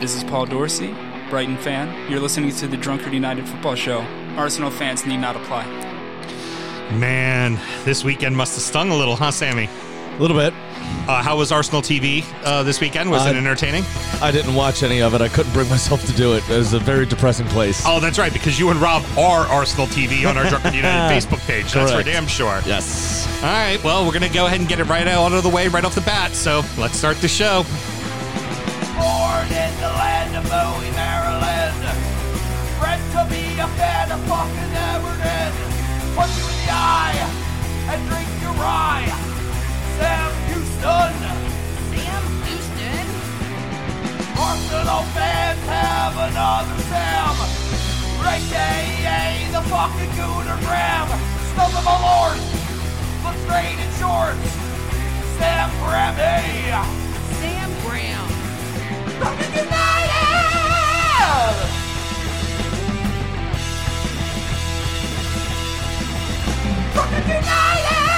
This is Paul Dorsey, Brighton fan. You're listening to the Drunkard United Football Show. Arsenal fans need not apply. Man, this weekend must have stung a little, huh, Sammy? A little bit. Uh, how was Arsenal TV uh, this weekend? Was it Uh, entertaining? I didn't watch any of it. I couldn't bring myself to do it. It was a very depressing place. Oh, that's right, because you and Rob are Arsenal TV on our Drunkard United Facebook page. That's for Correct. damn sure. Yes. All right, well, we're going to go ahead and get it right out of the way right off the bat. So let's start the show. born in the land of Bowie, Maryland. Bred to be a fan of fucking Everton. Punch you in the eye and drink your rye. Sam Houston. Sam Houston. Arsenal fans have another Sam. Great day, yay, the fucking Gooner Graham. Stuff of a lord. Look straight in shorts. Sam Grammy. Sam Graham. Fucking United! Fucking United!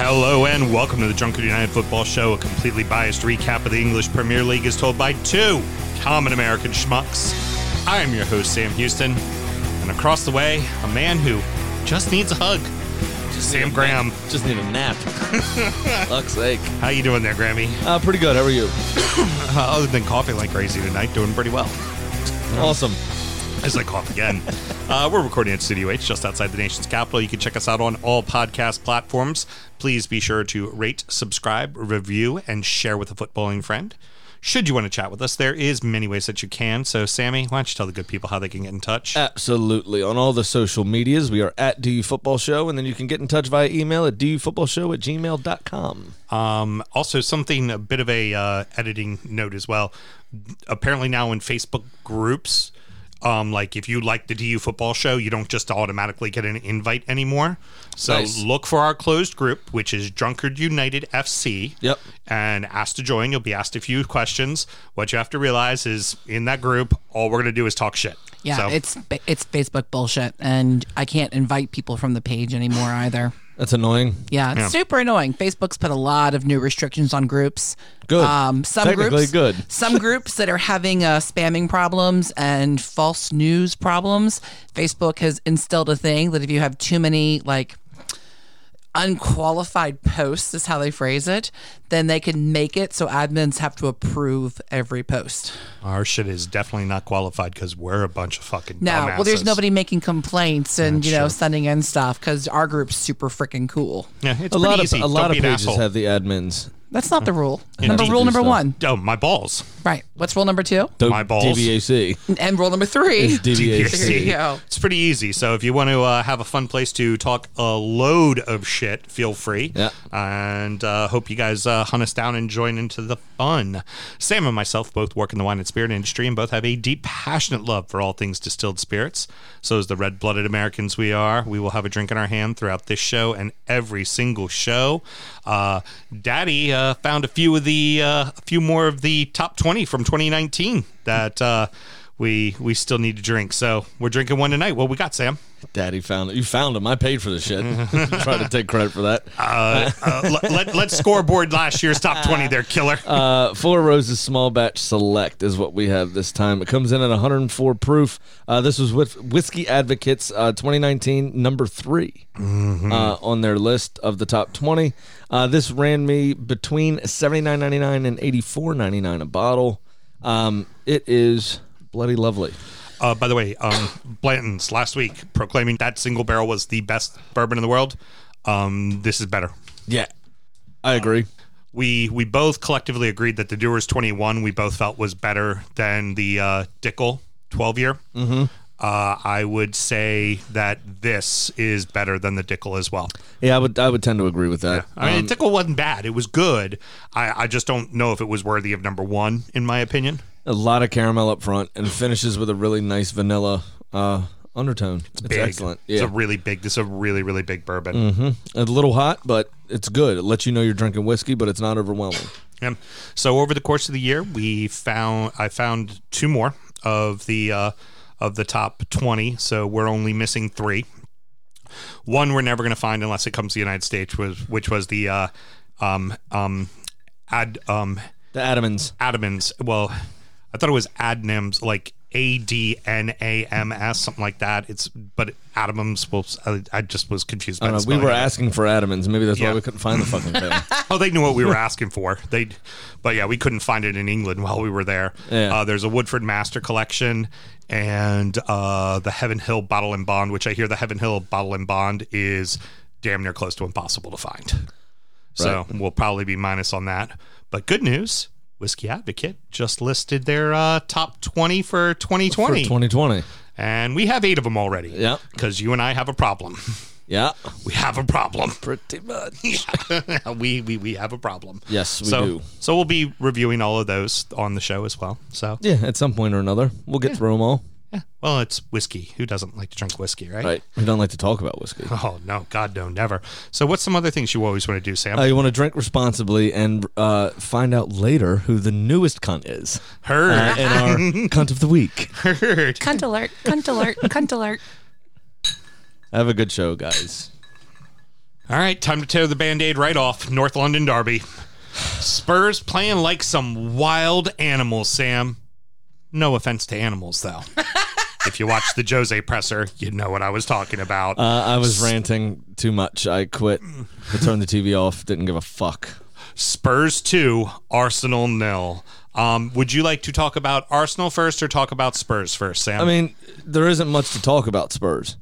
Hello and welcome to the Drunkard United Football Show, a completely biased recap of the English Premier League as told by two common American schmucks. I am your host, Sam Houston, and across the way, a man who just needs a hug, Sam Graham. Just need a nap. Fuck's sake. How you doing there, Grammy? Uh, pretty good. How are you? Uh, other than coughing like crazy tonight, doing pretty well. Awesome. as I cough again. uh, we're recording at Studio H, just outside the nation's capital. You can check us out on all podcast platforms. Please be sure to rate, subscribe, review, and share with a footballing friend. Should you want to chat with us, there is many ways that you can. So, Sammy, why don't you tell the good people how they can get in touch? Absolutely. On all the social medias, we are at DU Football Show, and then you can get in touch via email at dufootballshow at gmail.com. Um, also, something a bit of a uh, editing note as well. Apparently, now in Facebook groups, um, like if you like the DU football show, you don't just automatically get an invite anymore. So Nice. look for our closed group, which is Drunkard United FC. Yep. And ask to join. You'll be asked a few questions. What you have to realize is in that group, all we're going to do is talk shit. Yeah, So- it's ba- it's Facebook bullshit, and I can't invite people from the page anymore either. That's annoying. Yeah, it's Yeah. super annoying. Facebook's put a lot of new restrictions on groups. Good. Um, some Technically groups, good. Some groups that are having uh, spamming problems and false news problems. Facebook has instilled a thing that if you have too many like unqualified posts, is how they phrase it, then they can make it so admins have to approve every post. our shit is definitely not qualified because we're a bunch of fucking No, well, there's dumbasses. nobody making complaints and you know sending in stuff because our group's super freaking cool. Yeah, it's A lot of, easy. a lot Don't of be an pages asshole. have the admins. That's not the rule. Number Indeed. rule number one, Oh, my balls. right? What's rule number two? Dope My balls. DVAC. And rule number three. It's DVAC. There you go. It's pretty easy. So if you want to uh, have a fun place to talk a load of shit, feel free. Yeah. And uh, hope you guys uh, hunt us down and join into the fun. Sam and myself both work in the wine and spirit industry and both have a deep, passionate love for all things distilled spirits. So as the red-blooded Americans we are, we will have a drink in our hand throughout this show and every single show. Uh, Daddy uh, found a few of the, uh, a few more of the top twenty from 2019 that. Uh, we we still need to drink. So we're drinking one tonight. What we got, Sam? Daddy found it. You found him. I paid for the shit. Try to take credit for that. Uh, uh, let, let, let's scoreboard last year's top twenty there, killer. Uh, Four Roses Small Batch Select is what we have this time. It comes in at 104 proof. Uh, this was with Whiskey Advocates uh, 2019, number 3 uh, on their list of the top 20. Uh, this ran me between 79.99 and 84.99 a bottle. Um, it is bloody lovely. Uh, by the way, um, Blanton's last week proclaiming that single barrel was the best bourbon in the world. Um, this is better. Yeah, I agree. We we both collectively agreed that the Dewar's twenty one we both felt was better than the uh, Dickel twelve year. Mm-hmm. Uh, I would say that this is better than the Dickel as well. Yeah, I would. I would tend to agree with that. I mean, Tickle wasn't bad. It was good. I, I just don't know if it was worthy of number one, in my opinion. a lot of caramel up front and finishes with a really nice vanilla uh, undertone. It's, Big. excellent. It's Yeah. a really big, this is a really, really big bourbon. a little hot, but it's good. It lets you know you're drinking whiskey, but it's not overwhelming. Yeah. So over the course of the year, we found, I found two more of the, uh, of the top 20. So we're only missing three. One we're never going to find unless it comes to the United States was which was the uh, um um ad um The Adamans. Adamans. Well, I thought it was Adnams, like A D N A M S, something like that. It's but Adamums. Well, I, I just was confused. By I the don't know. We spelling were of it. asking for Adamans. Maybe that's Yeah. why we couldn't find the fucking thing. Oh, they knew what we were asking for. They, but yeah, we couldn't find it in England while we were there. Yeah. Uh, there's a Woodford Master Collection and uh, the Heaven Hill Bottle and Bond, which I hear the Heaven Hill Bottle and Bond is damn near close to impossible to find. So we'll probably be minus on that. But good news, Whiskey Advocate just listed their uh, top 20 for 2020, For 2020. and we have eight of them already. Yeah. because you and I have a problem. Yeah. We have a problem. Pretty much. we, we we have a problem. Yes, we so, do. So we'll be reviewing all of those on the show as well. So Yeah, at some point or another. We'll get through them all. yeah. well, it's whiskey. Who doesn't like to drink whiskey, right? Right. We don't like to talk about whiskey. Oh no, God no, never. So what's some other things you always want to do, Sam? Uh, you want to drink responsibly and uh, find out later who the newest cunt is uh, Heard, in our cunt of the week. heard. Cunt alert, cunt alert, cunt alert. Have a good show, guys. All right, time to tear the band-aid right off. North London Derby. Spurs playing like some wild animals, Sam. No offense to animals though. if you watch the Jose presser, you know what I was talking about. Uh, I was ranting too much. I quit. I turned the TV off. Didn't give a fuck. Spurs two, Arsenal nil. Um, would you like to talk about Arsenal first or talk about Spurs first, Sam? I mean, there isn't much to talk about Spurs.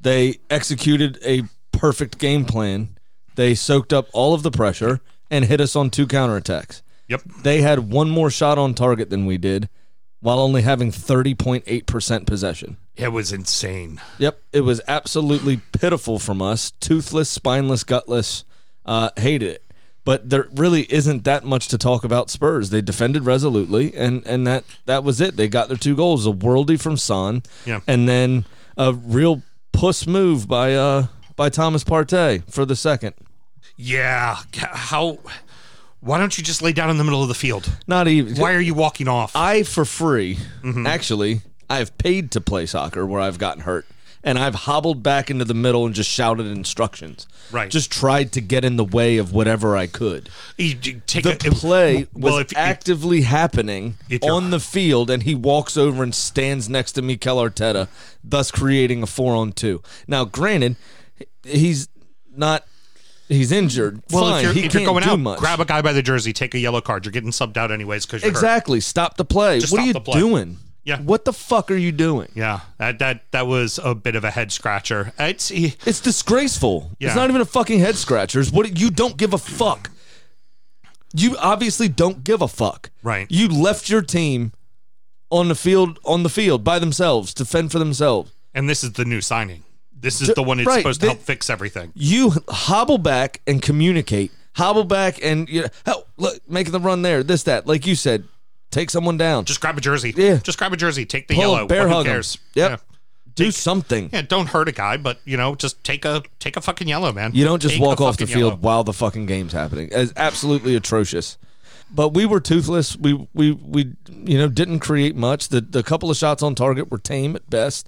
They executed a perfect game plan. They soaked up all of the pressure and hit us on two counterattacks. yep. They had one more shot on target than we did while only having 30.8% possession. It was insane. Yep, it was absolutely pitiful from us. Toothless, spineless, gutless. Uh, hated it. But there really isn't that much to talk about Spurs. They defended resolutely, and and that that was it. They got their two goals: a worldie from Son, Yeah. and then a real puss move by uh by Thomas Partey for the second. Yeah. How? Why don't you just lay down in the middle of the field? Not even. Why are you walking off? I for free, Mm-hmm. actually, I've paid to play soccer where I've gotten hurt. And I've hobbled back into the middle and just shouted instructions. Right. Just tried to get in the way of whatever I could. You- you take The a- it- play was well, if, actively happening if you're- on the field, and he walks over and stands next to Mikel Arteta, thus creating a four on two. Now, granted, h- he's not. He's injured. well, Fine. if you're, he if can't you're going do out, much. grab a guy by the jersey, take a yellow card. You're getting subbed out anyways because you're hurt. Exactly. Stop the play. Just what are stop you the play. doing? Yeah. What the fuck are you doing? Yeah, that, that that was a bit of a head scratcher. It's he- It's disgraceful. Yeah. It's not even a fucking head scratcher. It's what you don't give a fuck. You obviously don't give a fuck. Right. You left your team on the field on the field by themselves to fend for themselves. and this is the new signing. This is D- the one that's right, supposed to they- help fix everything. You hobble back and communicate. Hobble back and you oh, look, making the run there, this that. Like you said, take someone down. Just grab a jersey. Yeah. Just grab a jersey. Take the Pull yellow. him, bear Who hug him. cares? Yep. Yeah. do something. Yeah, don't hurt a guy, but you know, just take a take a fucking yellow, man. You don't just Take walk a off the fucking yellow. field while the fucking game's happening. It's absolutely atrocious. But we were toothless. We we we you know didn't create much. The the couple of shots on target were tame at best,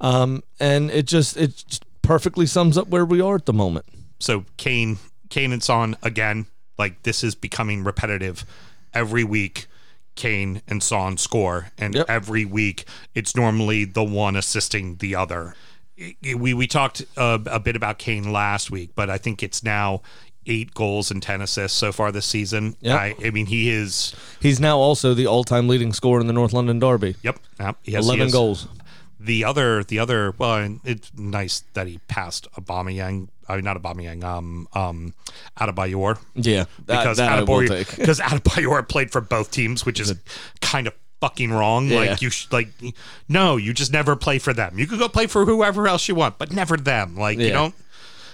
um, and it just it just perfectly sums up where we are at the moment. So Kane, Kane and Son again. Like this is becoming repetitive. Every week, Kane and Son score, and Yep. every week it's normally the one assisting the other. I- I- We we talked a, a bit about Kane last week, but I think it's now eight goals and ten assists so far this season. Yep. I, I mean, he is. He's now also the all time leading scorer in the North London Derby. Yep. yep yes, he Eleven is. goals. the other the other well and it's nice that he passed Aubameyang I mean not Aubameyang um um Adebayor Yeah, that, because that I will Adebayor take. because Adebayor played for both teams which is kind of fucking wrong Yeah. like you sh- like no you just never play for them you could go play for whoever else you want but never them like you Yeah. don't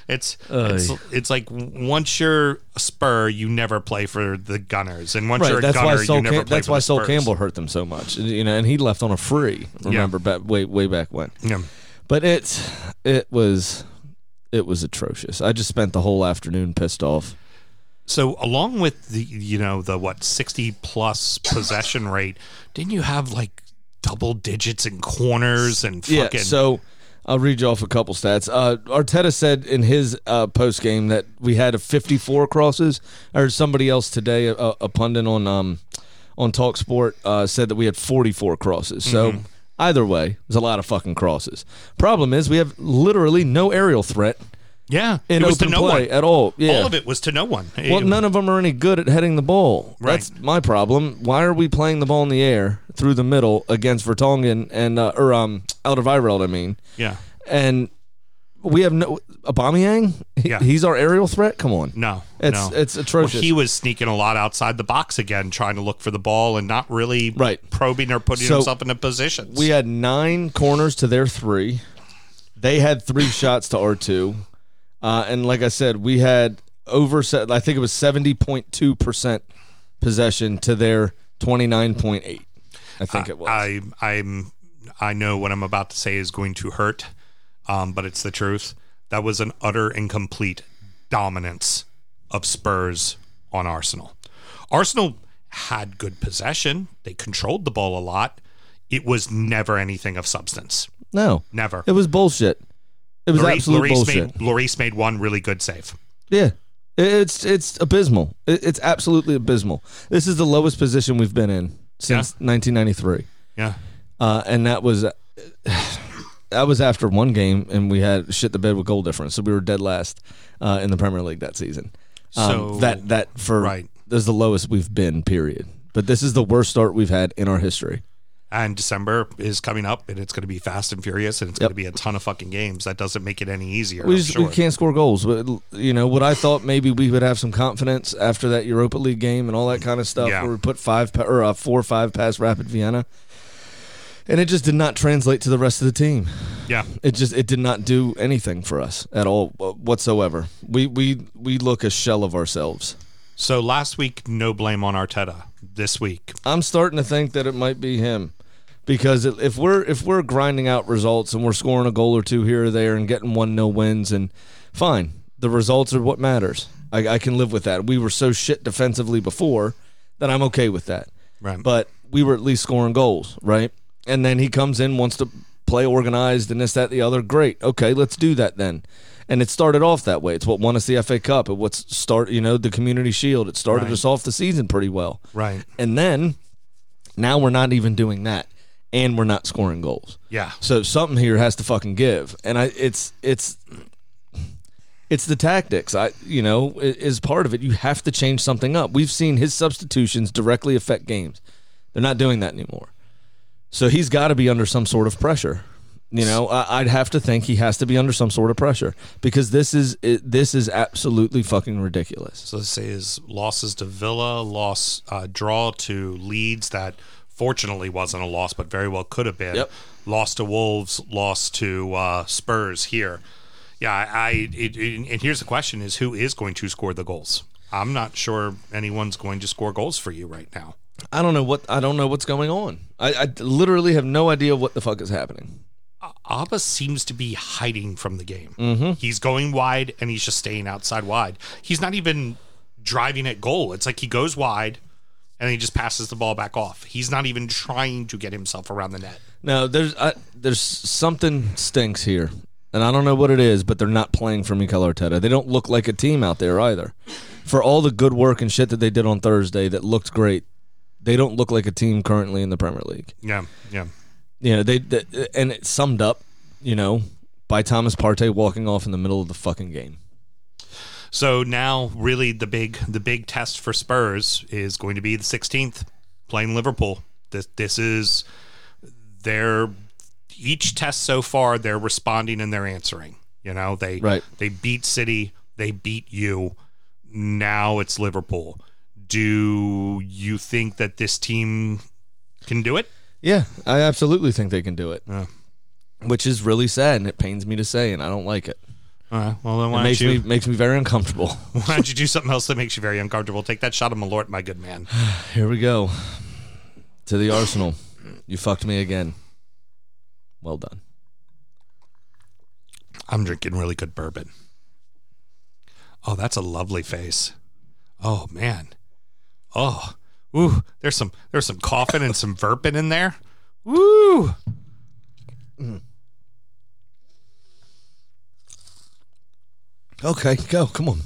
it's it's it's like once you're a Spur you never play for the Gunners and once Right, you're a that's Gunner why Sol you never Cam- play that's for why the Sol Spurs. Campbell hurt them so much, you know, and he left on a free. Remember, back, way way back when. yeah But it's it was it was atrocious. I just spent the whole afternoon pissed off. So along with the you know the what 60 plus possession rate, didn't you have like double digits in corners and fucking Yeah. So I'll read you off a couple stats. Uh, Arteta said in his uh, post game that we had a 54 crosses. Or somebody else today, a, a pundit on um, on Talk Sport, uh, said that we had 44 crosses. Mm-hmm. So either way, there's a lot of fucking crosses. Problem is, we have literally no aerial threat Yeah, in it was open to no play one. at all. Yeah. All of it was to no one. Well, It- none of them are any good at heading the ball. Right. That's my problem. Why are we playing the ball in the air through the middle against Vertonghen and uh, or um Alderweireld? I mean, Yeah, and we have no Aubameyang. He- Yeah. he's our aerial threat. Come on, no, it's no. it's atrocious. Well, he was sneaking a lot outside the box again, trying to look for the ball and not really Right. probing or putting So, himself in a position. we had nine corners to their three. They had three shots to our two, uh, and like I said, we had over. se- I think it was seventy point two percent possession to their twenty nine point eight. I think it was. I I'm I know what I'm about to say is going to hurt, um, but it's the truth. That was an utter and complete dominance of Spurs on Arsenal. Arsenal had good possession. They controlled the ball a lot. It was never anything of substance. no, Never. It was bullshit. It was Lloris- absolute Lloris bullshit. made Lloris made one really good save. Yeah. It- It's it's abysmal. It- It's absolutely abysmal. This is the lowest position we've been in since 1993, Yeah. uh, and that was that was after one game, and we had shit the bed with goal difference, so we were dead last uh, in the Premier League that season. Um, So- that that for Right. this is the lowest we've been. Period. But this is the worst start we've had in our history. and December is coming up, and it's going to be fast and furious, and it's going to be a ton of fucking games. That doesn't make it any easier. we I'm just sure. we can't score goals. But you know what I thought maybe we would have some confidence after that Europa League game and all that kind of stuff Yeah. where we put five pa- or uh, four or five past Rapid Vienna, and it just did not translate to the rest of the team. Yeah, It just it did not do anything for us at all uh, whatsoever. We we we look a shell of ourselves. So last week, no blame on Arteta. This week, I'm starting to think that it might be him. Because it- if we're if we're grinding out results and we're scoring a goal or two here or there and getting one no wins and fine, the results are what matters. I, I can live with that. We were so shit defensively before that I'm okay with that. Right. But we were at least scoring goals, right? And then he comes in wants to play organized and this that the other. Great, okay, let's do that then. And it started off that way. It's what won us the FA Cup. It what's start you know the Community Shield. It started Right. us off the season pretty well. Right. And then now we're not even doing that, and we're not scoring goals. yeah, So something here has to fucking give, and I it's it's it's the tactics. I you know i- is part of it. You have to change something up. We've seen his substitutions directly affect games. They're not doing that anymore. So he's got to be under some sort of pressure. You know, I, I'd have to think he has to be under some sort of pressure because this is it, this is absolutely fucking ridiculous. So this is losses to Villa, loss uh, draw to Leeds that fortunately wasn't a loss, but very well could have been. Yep. Loss to Wolves, loss to uh, Spurs here. Yeah, I. I it, it, and here's the question: Is who is going to score the goals? I'm not sure anyone's going to score goals for you right now. I don't know what I don't know what's going on. I, I literally have no idea what the fuck is happening. Abba seems to be hiding from the game. He's going wide and he's just staying outside wide. He's not even driving at goal. It's like he goes wide and he just passes the ball back off. He's not even trying to get himself around the net. No, there's I, there's something stinks here, and I don't know what it is, but they're not playing for Mikel Arteta. They don't look like a team out there either. For all the good work and shit that they did on Thursday that looked great, they don't look like a team currently in the Premier League. Yeah, yeah. You know, they, they and it summed up, you know, by Thomas Partey walking off in the middle of the fucking game. So now really the big the big test for Spurs is going to be the 16th playing Liverpool. This this is their each test so far they're responding and they're answering. You know, they Right. they beat City, they beat you. Now it's Liverpool. Do you think that this team can do it? Yeah, I absolutely think they can do it. Which is really sad, and it pains me to say, and I don't like it. Uh, well, then why Makes me makes me very uncomfortable. why don't you do something else that makes you very uncomfortable? Take that shot of Malort, my good man. Here we go. To the Arsenal. You fucked me again. Well done. I'm drinking really good bourbon. Oh, that's a lovely face. Oh man. Oh, ooh, there's some there's some coughing and some verping in there. Woo. Okay, go. Come on.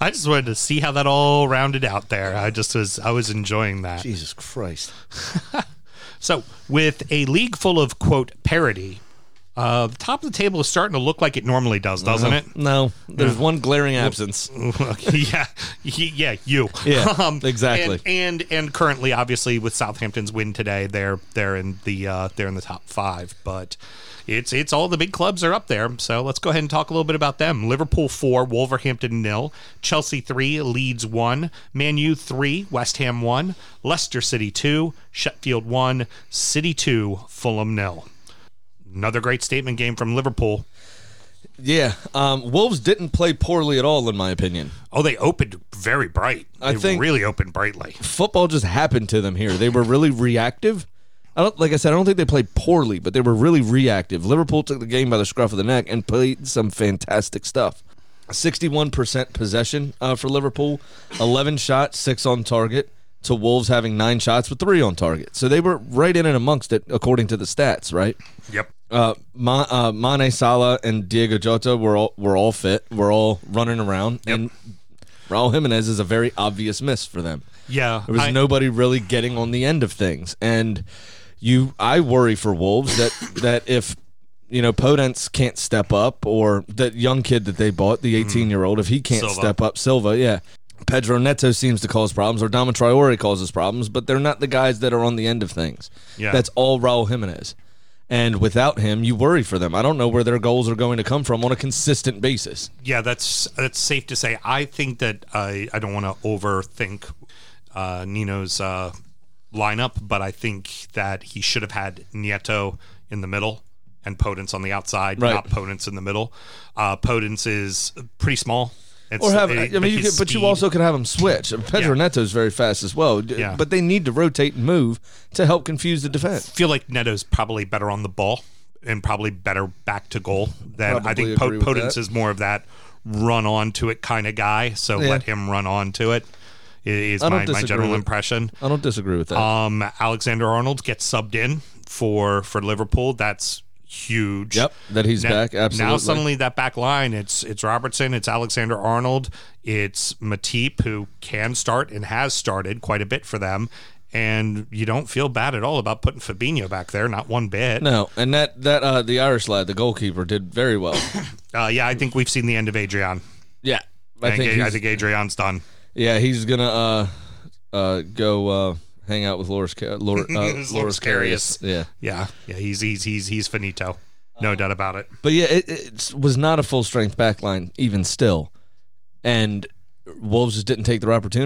I just wanted to see how that all rounded out there. I just was I was enjoying that. Jesus Christ. So, with a league full of quote parody, uh, the top of the table is starting to look like it normally does, Uh-huh. doesn't it? No, there's one glaring absence. yeah, Y- yeah, you. Um, Yeah, exactly. And, and and currently, obviously, with Southampton's win today, they're they're in the uh, they're in the top five. But it's it's all the big clubs are up there. So let's go ahead and talk a little bit about them. Liverpool four, Wolverhampton nil, Chelsea three, Leeds one, Man U three, West Ham one, Leicester City two, Sheffield one, City two, Fulham nil. Another great statement game from Liverpool. Yeah. Um, Wolves didn't play poorly at all, in my opinion. Oh, they opened very bright. I they think- really opened brightly. Football just happened to them here. They were really reactive. I don't, like I said, I don't think they played poorly, but they were really reactive. Liverpool took the game by the scruff of the neck and played some fantastic stuff. 61% possession uh, for Liverpool, 11 shots, six on target, to Wolves having nine shots with three on target. So they were right in and amongst it, according to the stats, right? Yep. Uh, Ma- uh, Mane Salah and Diego Jota were all were all fit. We're all running around, and Raul Jimenez is a very obvious miss for them. Yeah, there was I- nobody really getting on the end of things, and you, I worry for Wolves that that if you know Podence can't step up, or that young kid that they bought, the eighteen year old, if he can't Mm-hmm. Silva. step up, Silva, yeah. Pedro Neto seems to cause problems, or Dama Traore causes problems, but they're not the guys that are on the end of things. Yeah. That's all Raul Jimenez. And without him, you worry for them. I don't know where their goals are going to come from on a consistent basis. yeah, that's that's safe to say. I think that I I don't want to overthink uh, Nino's uh, lineup, but I think that he should have had Nieto in the middle and Podence on the outside, Right. not Podence in the middle. Uh, Podence is pretty small. It's, Or have it- I but mean, you his could, but you speed- also could have them switch. Pedro Yeah. Neto's very fast as well. D- Yeah. But they need to rotate and move to help confuse the defense. feel like Neto's probably better on the ball and probably better back to goal than I Probably think po- agree with Potence that. is more of that run on to it kind of guy. So Yeah. let him run on to it i- is I don't my, my disagree general with- impression. I don't disagree with that. Uh, Um, Alexander Arnold gets subbed in for for Liverpool. That's huge. Yep, that he's back, Now absolutely. suddenly that back line, it's it's Robertson, it's Alexander Arnold, it's Matip who can start and has started quite a bit for them. And you don't feel bad at all about putting Fabinho back there, not one bit. no, and that that uh, the Irish lad, the goalkeeper, did very well. Uh, yeah, I think we've seen the end of Adrian. yeah, I think, I he's- think Adrian's done. yeah, he's gonna uh, uh, go uh, hang out with Loris Ca- Lor- uh, Loris Loris Karius. Karius. Yeah. Yeah, yeah, he's he's he's he's finito, no doubt about it. But yeah, it, it was not a full strength back line even still, and Wolves just didn't take their opportunity.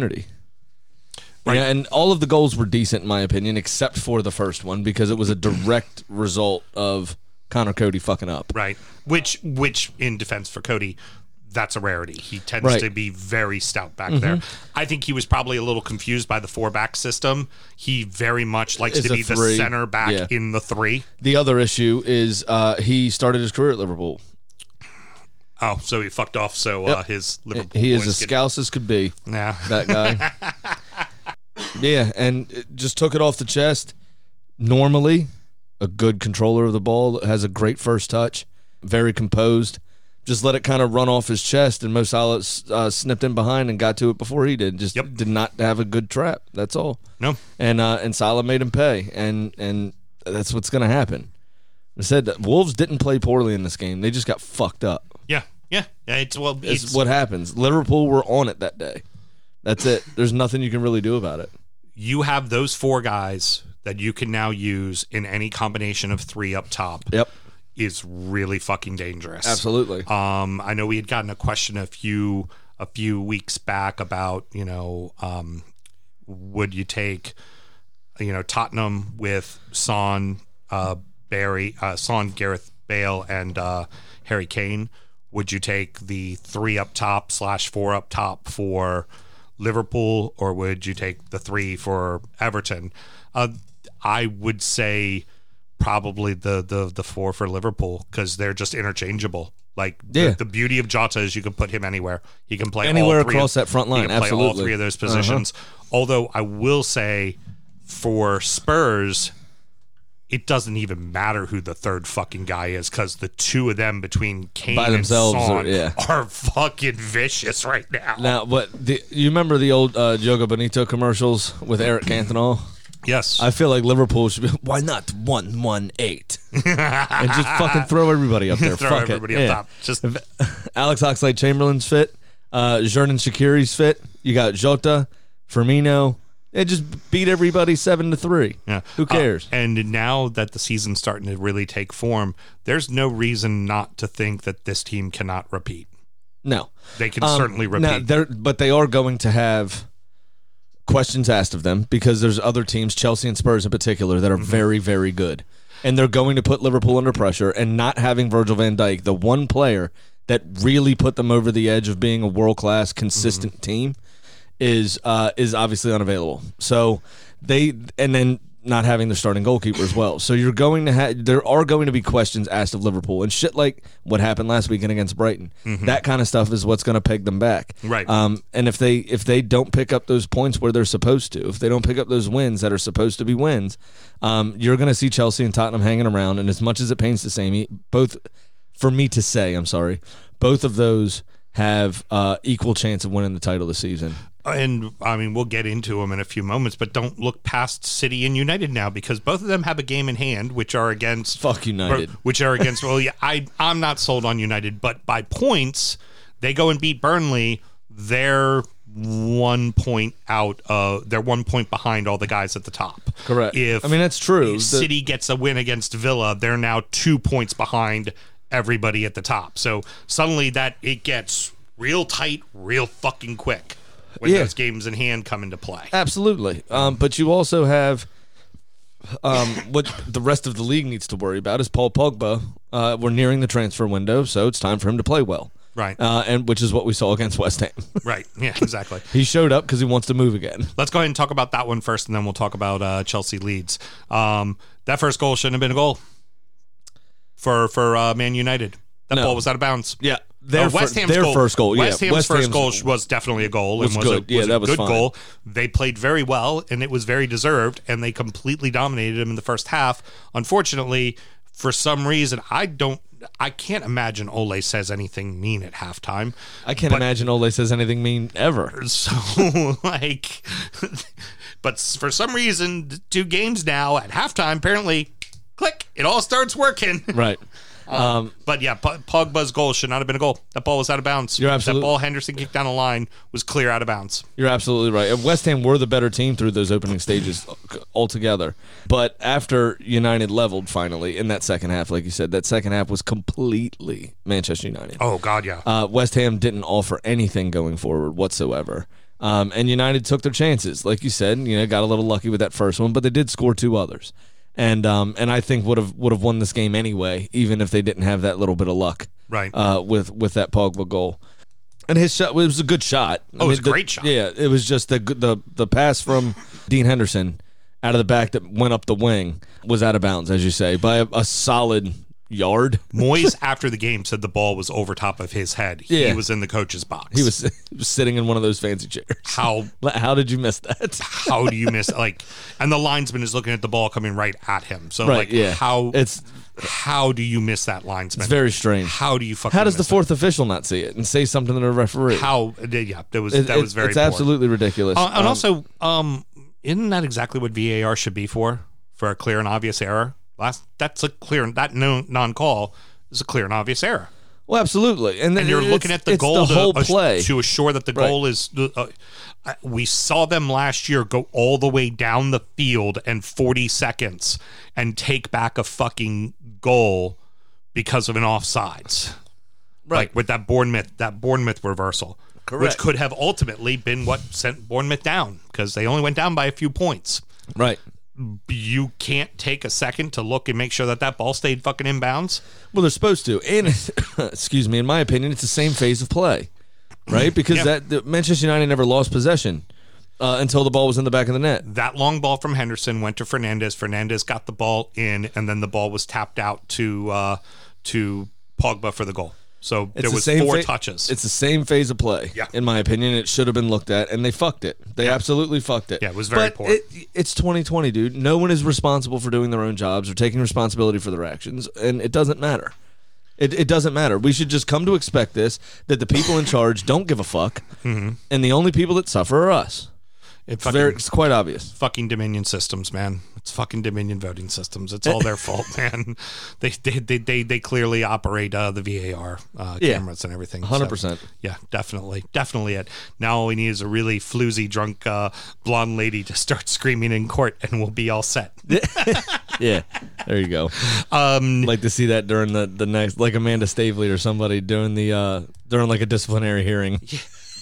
Right. Yeah, and all of the goals were decent in my opinion, except for the first one because it was a direct result of Connor Cody fucking up. Right. Which which in defense for Cody, that's a rarity. He tends Right. Mm-hmm. to be very stout back there. I think he was probably a little confused by the four back system. He very much likes Is to a be the three. center back Yeah. in the three. The other issue is uh, he started his career at Liverpool. Oh, so he fucked off. So uh, his Liverpool He is boys as get- scouse as could be. Nah. that guy. yeah, and it just took it off the chest. Normally, a good controller of the ball has a great first touch, very composed. Just let it kind of run off his chest, and Mo Salah uh, snipped in behind and got to it before he did. Just Yep. did not have a good trap. That's all. No. And uh, and Salah made him pay, and and that's what's going to happen. I said that Wolves didn't play poorly in this game. They just got fucked up. Yeah. Yeah. Yeah, It's well. It's, It's, what happens. Liverpool were on it that day. That's it. There's nothing you can really do about it. you have those four guys that you can now use in any combination of three up top. Yep. Is really fucking dangerous. Absolutely. Um, I know we had gotten a question a few a few weeks back about you know um, would you take you know Tottenham with Son uh, Barry uh, Son Gareth Bale and uh, Harry Kane? Would you take the three up top slash four up top for Liverpool, or would you take the three for Everton? Uh, I would say probably the the the four for Liverpool because they're just interchangeable. Like Yeah. the, the beauty of Jota is you can put him anywhere. He can play all Anywhere three across of- that front he line, can play all absolutely. Uh-huh. three of those positions. Although I will say, for Spurs, it doesn't even matter who the third fucking guy is because the two of them between Kane By themselves, and Son or- yeah. are fucking vicious right now. Now, what the, you remember the old uh, Jogo Bonito commercials with Eric Cantona? yes, I feel like Liverpool should be. Why not one one eight? and just fucking throw everybody up there. throw Fuck everybody up it. Yeah. top. Just Alex Oxlade Chamberlain's fit. Uh, Jernan Shakiri's fit. You got Jota, Firmino. It just beat everybody seven to three. Yeah. Who cares? Uh, and now that the season's starting to really take form, there's no reason not to think that this team cannot repeat. no. They can Um, certainly now, repeat. they're- but they are going to have questions asked of them because there's other teams, Chelsea and Spurs in particular, that are very, very good. And they're going to put Liverpool under pressure and not having Virgil van Dijk, the one player that really put them over the edge of being a world class, consistent team, is uh, is obviously unavailable. So they and then not having their starting goalkeeper as well. So you're going to have there are going to be questions asked of Liverpool and shit like what happened last weekend against Brighton. That kind of stuff is what's going to peg them back. Right. Um, and if they if they don't pick up those points where they're supposed to, if they don't pick up those wins that are supposed to be wins, um, you're going to see Chelsea and Tottenham hanging around. And as much as it pains to say me, both for me to say, I'm sorry, both of those have uh, equal chance of winning the title this season. and I mean, we'll get into them in a few moments, but don't look past City and United now because both of them have a game in hand, which are against Fuck United. which are against. well, yeah, I I'm not sold on United, but by points, they go and beat Burnley. They're one point out. Uh, they're one point behind all the guys at the top. Correct. If I mean, that's true. If The- City gets a win against Villa, they're now two points behind everybody at the top. So suddenly that it gets real tight, real fucking quick when Yeah. those games in hand come into play. Absolutely. Um, but you also have um, what the rest of the league needs to worry about is Paul Pogba. Uh, we're nearing the transfer window, so it's time for him to play well. Right. Uh, and which is what we saw against West Ham. right. Yeah, exactly. he showed up because he wants to move again. Let's go ahead and talk about that one first, and then we'll talk about uh, Chelsea leads. Um, that first goal shouldn't have been a goal for for uh, Man United. That No. ball was out of bounds. Yeah. Their, Their West fir- Ham's their goal, first goal, yeah. West Ham's West first Ham's- goal was definitely a goal was and was good. a, Yeah, was a that was good fine. goal. They played very well and it was very deserved, and they completely dominated him in the first half. Unfortunately, for some reason, I don't, I can't imagine Ole says anything mean at halftime. I can't imagine Ole says anything mean ever. So like, but s- for some reason, the two games now at halftime. Apparently, click. It all starts working. Right. Um, But yeah, P- Pogba's goal should not have been a goal. That ball was out of bounds. You're That absolute- ball Henderson kicked down the line was clear out of bounds. You're absolutely right. And West Ham were the better team through those opening stages altogether. But after United leveled finally in that second half, like you said, that second half was completely Manchester United. Oh God, yeah. Uh, West Ham didn't offer anything going forward whatsoever. Um, and United took their chances, like you said. You know, got a little lucky with that first one, but they did score two others, and um, and I think would have would have won this game anyway, even if they didn't have that little bit of luck, Right. Uh, with with that Pogba goal, and his shot it was a good shot. Oh, it was a the- great shot. Yeah, it was just the the the pass from Dean Henderson out of the back that went up the wing was out of bounds, as you say, by a, a solid yard. Moyes after the game said the ball was over top of his head. He Yeah. was in the coach's box. He was, he was sitting in one of those fancy chairs. how Like, How did you miss that? how do you miss like and the linesman is looking at the ball coming right at him. So Right, like yeah. how It's- how do you miss that linesman? It's very strange. how do you fucking How does the miss that? fourth official not see it and say something to the referee? how yeah that was It- that it- was very It's poor. absolutely ridiculous. Uh, and Um, also um isn't that exactly what VAR should be for for a clear and obvious error last that's a clear that no non call is a clear and obvious error well, absolutely. And, and you're it's- looking at the it's goal the whole to, ass- play. to assure that the Right. goal is. Uh, uh, we saw them last year go all the way down the field in 40 seconds and take back a fucking goal because of an offsides. Right. Like with that Bournemouth, that Bournemouth reversal, which Correct. could have ultimately been what sent Bournemouth down because they only went down by a few points. right. You can't take a second to look and make sure that that ball stayed fucking inbounds. Well, they're supposed to. And excuse me, in my opinion, it's the same phase of play, right? Because Yeah. that the, Manchester United never lost possession uh, until the ball was in the back of the net. that long ball from Henderson went to Fernandez. Fernandez got the ball in, and then the ball was tapped out to uh, to Pogba for the goal. So It's there the was same four fa- touches. It's the same phase of play, Yeah. in my opinion. It should have been looked at, and they fucked it. They absolutely fucked it. Yeah, it was very But poor. It, it's 2020, dude. No one is responsible for doing their own jobs or taking responsibility for their actions, and it doesn't matter. It, it doesn't matter. We should just come to expect this that the people in charge don't give a fuck, and the only people that suffer are us. It Mm-hmm. It's, fucking, very, it's quite obvious. fucking Dominion systems, man. It's fucking Dominion voting systems. It's all their fault, man. They they they they, they clearly operate uh, the VAR uh, Yeah. cameras and everything. so- 100%. Yeah, definitely, definitely it. Now all we need is a really floozy drunk uh, blonde lady to start screaming in court, and we'll be all set. Yeah, there you go. Um, like to see that during the, the next, like Amanda Stavely or somebody doing the uh, during like a disciplinary hearing.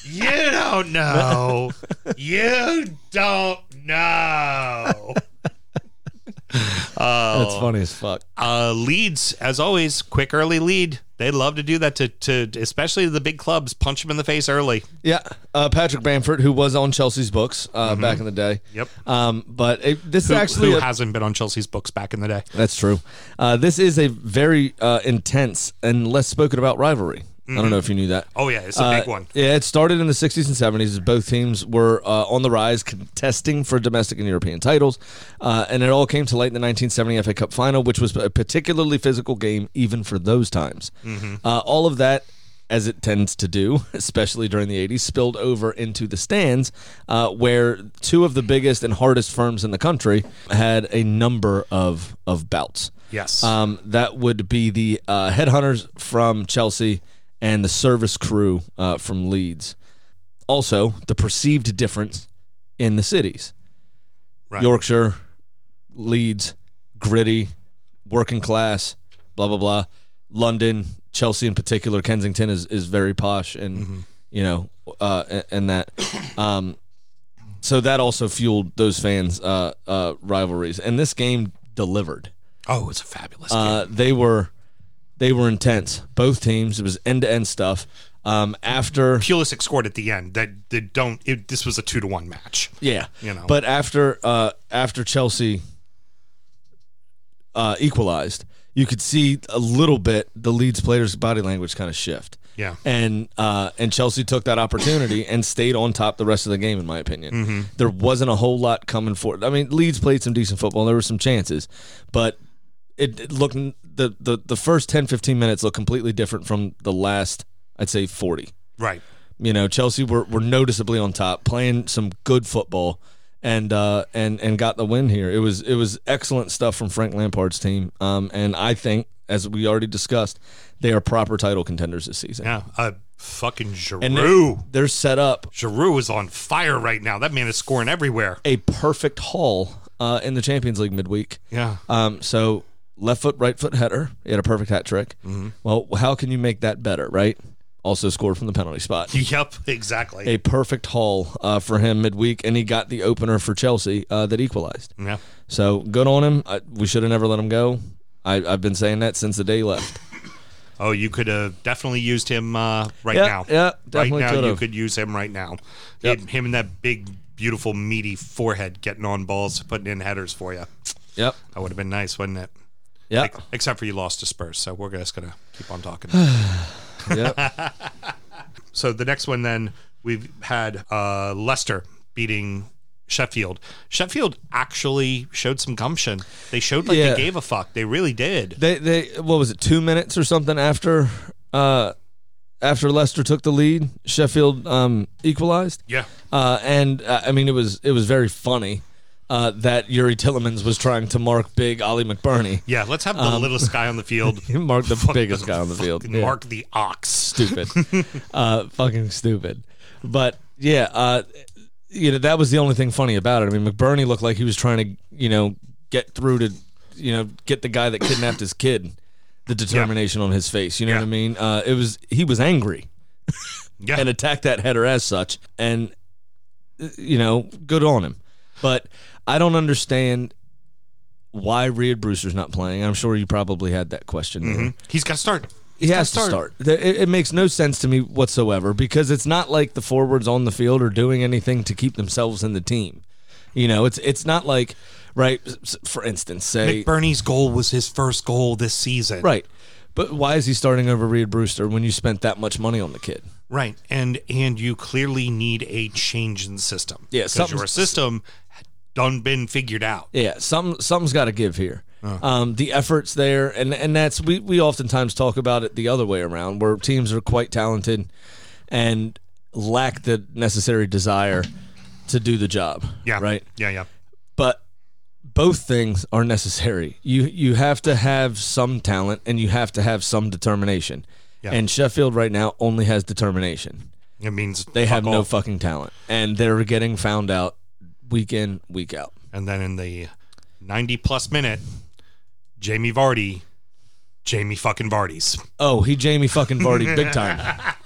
you don't know. you don't know. That's funny as fuck. Uh, leads, as always, quick early lead. They love to do that to, to especially the big clubs. Punch them in the face early. Yeah, uh, Patrick Bamford, who was on Chelsea's books uh, back in the day. Mm-hmm. Yep. Um, but it, this Who, is actually who a- hasn't been on Chelsea's books back in the day? that's true. Uh, this is a very uh, intense and less spoken about rivalry. I don't know if you knew that. Oh yeah, it's a Uh, big one. Yeah, it started in the 60s and 70s. as Both teams were uh, on the rise, contesting for domestic and European titles, uh, and it all came to light in the 1970 FA Cup final, which was a particularly physical game, even for those times. Mm-hmm. Uh, all of that. As it tends to do, especially during the 80s, spilled over into the stands, uh, where two of the biggest and hardest firms in the country had a number of, of bouts. Yes. Um, that would be the uh, headhunters from Chelsea and the service crew uh, from Leeds. Also, the perceived difference in the cities Right. Yorkshire, Leeds, gritty, working class, blah, blah, blah. London, Chelsea in particular, Kensington is, is very posh and, Mm-hmm. you know, uh, a- and that. Um, so that also fueled those fans' uh, uh, rivalries. And this game delivered. oh, it's a fabulous game. Uh, they were they were intense. Both teams. It was end to end stuff. Um, after Pulisic scored at the end. That that don't. It, this was a two to one match. yeah, You know. but after uh, after Chelsea uh, equalized, you could see a little bit the Leeds players' body language kind of shift. Yeah. and uh, and Chelsea took that opportunity and stayed on top the rest of the game. In my opinion, Mm-hmm. there wasn't a whole lot coming forward. I mean, Leeds played some decent football. There were some chances, but it, it looked the, the the first 10, 15 minutes looked completely different from the last. I'd say forty. Right. You know, Chelsea were, were noticeably on top, playing some good football, and uh, and and got the win here. It was it was excellent stuff from Frank Lampard's team, um, and I think as we already discussed, they are proper title contenders this season. Yeah. Uh, fucking Giroud. And they're, they're set up Giroud is on fire right now. That man is scoring everywhere. a perfect haul uh, in the Champions League midweek. Yeah. Um, so left foot, right foot header. He had a perfect hat trick. Mm-hmm. Well, how can you make that better, right? Also scored from the penalty spot. Yep. Exactly. a perfect haul uh, for him midweek, and he got the opener for Chelsea uh, that equalized. yeah. So good on him. I, we should have never let him go. I, I've been saying that since the day he left. Oh, you could have definitely used him uh, right Yeah, now. yeah, definitely Right now, could've. you could use him right now. Him, him and that big, beautiful, meaty forehead getting on balls, putting in headers for you. Yep. That would have been nice, wouldn't it? Yep. Except for you lost to Spurs, so we're just gonna keep on talking. yep. so the next one, then we've had uh, Leicester beating Sheffield. Sheffield actually showed some gumption. They showed like Yeah. they gave a fuck. They really did. They they what was it? Two minutes or something after uh, after Leicester took the lead, Sheffield um, equalized. Yeah. Uh, and uh, I mean, it was it was very funny uh, that Yuri Tillemans was trying to mark big Ollie McBurney. Yeah, let's have the littlest guy on the field. Mark Um, the Fuck biggest guy on the field. fucking Yeah. Mark the ox. stupid, uh, fucking stupid. But yeah, uh, you know that was the only thing funny about it. I mean, McBurney looked like he was trying to, you know, get through to, you know, get the guy that kidnapped his kid. The determination on his face, you know what I Yeah. mean? Uh, it was he was angry Yeah. and attacked that header as such, and uh, you know, good on him. But I don't understand why Reed Brewster's not playing. I'm sure you probably had that question. there. He's got to start. He has to start. Th- It, it makes no sense to me whatsoever because it's not like the forwards on the field are doing anything to keep themselves in the team. You know, it's it's not like right. s- s- For instance, say McBurney's goal was his first goal this season. right, But why is he starting over Reed Brewster when you spent that much money on the kid? Right, and and you clearly need a change in the system. Yeah, because something's- your system had done been figured out. Yeah, some something's got to give here. Um, the efforts there, and and that's we we oftentimes talk about it the other way around, where teams are quite talented and lack the necessary desire to do the job. Yeah, right. Yeah, yeah. But both things are necessary. You you have to have some talent and you have to have some determination. Yeah. And Sheffield right now only has determination. It means They have no off. fucking talent, and they're getting found out week in week out. And then in the 90 plus minute, Jamie Vardy, Jamie fucking Vardy's. Oh, he Jamie fucking Vardy big time.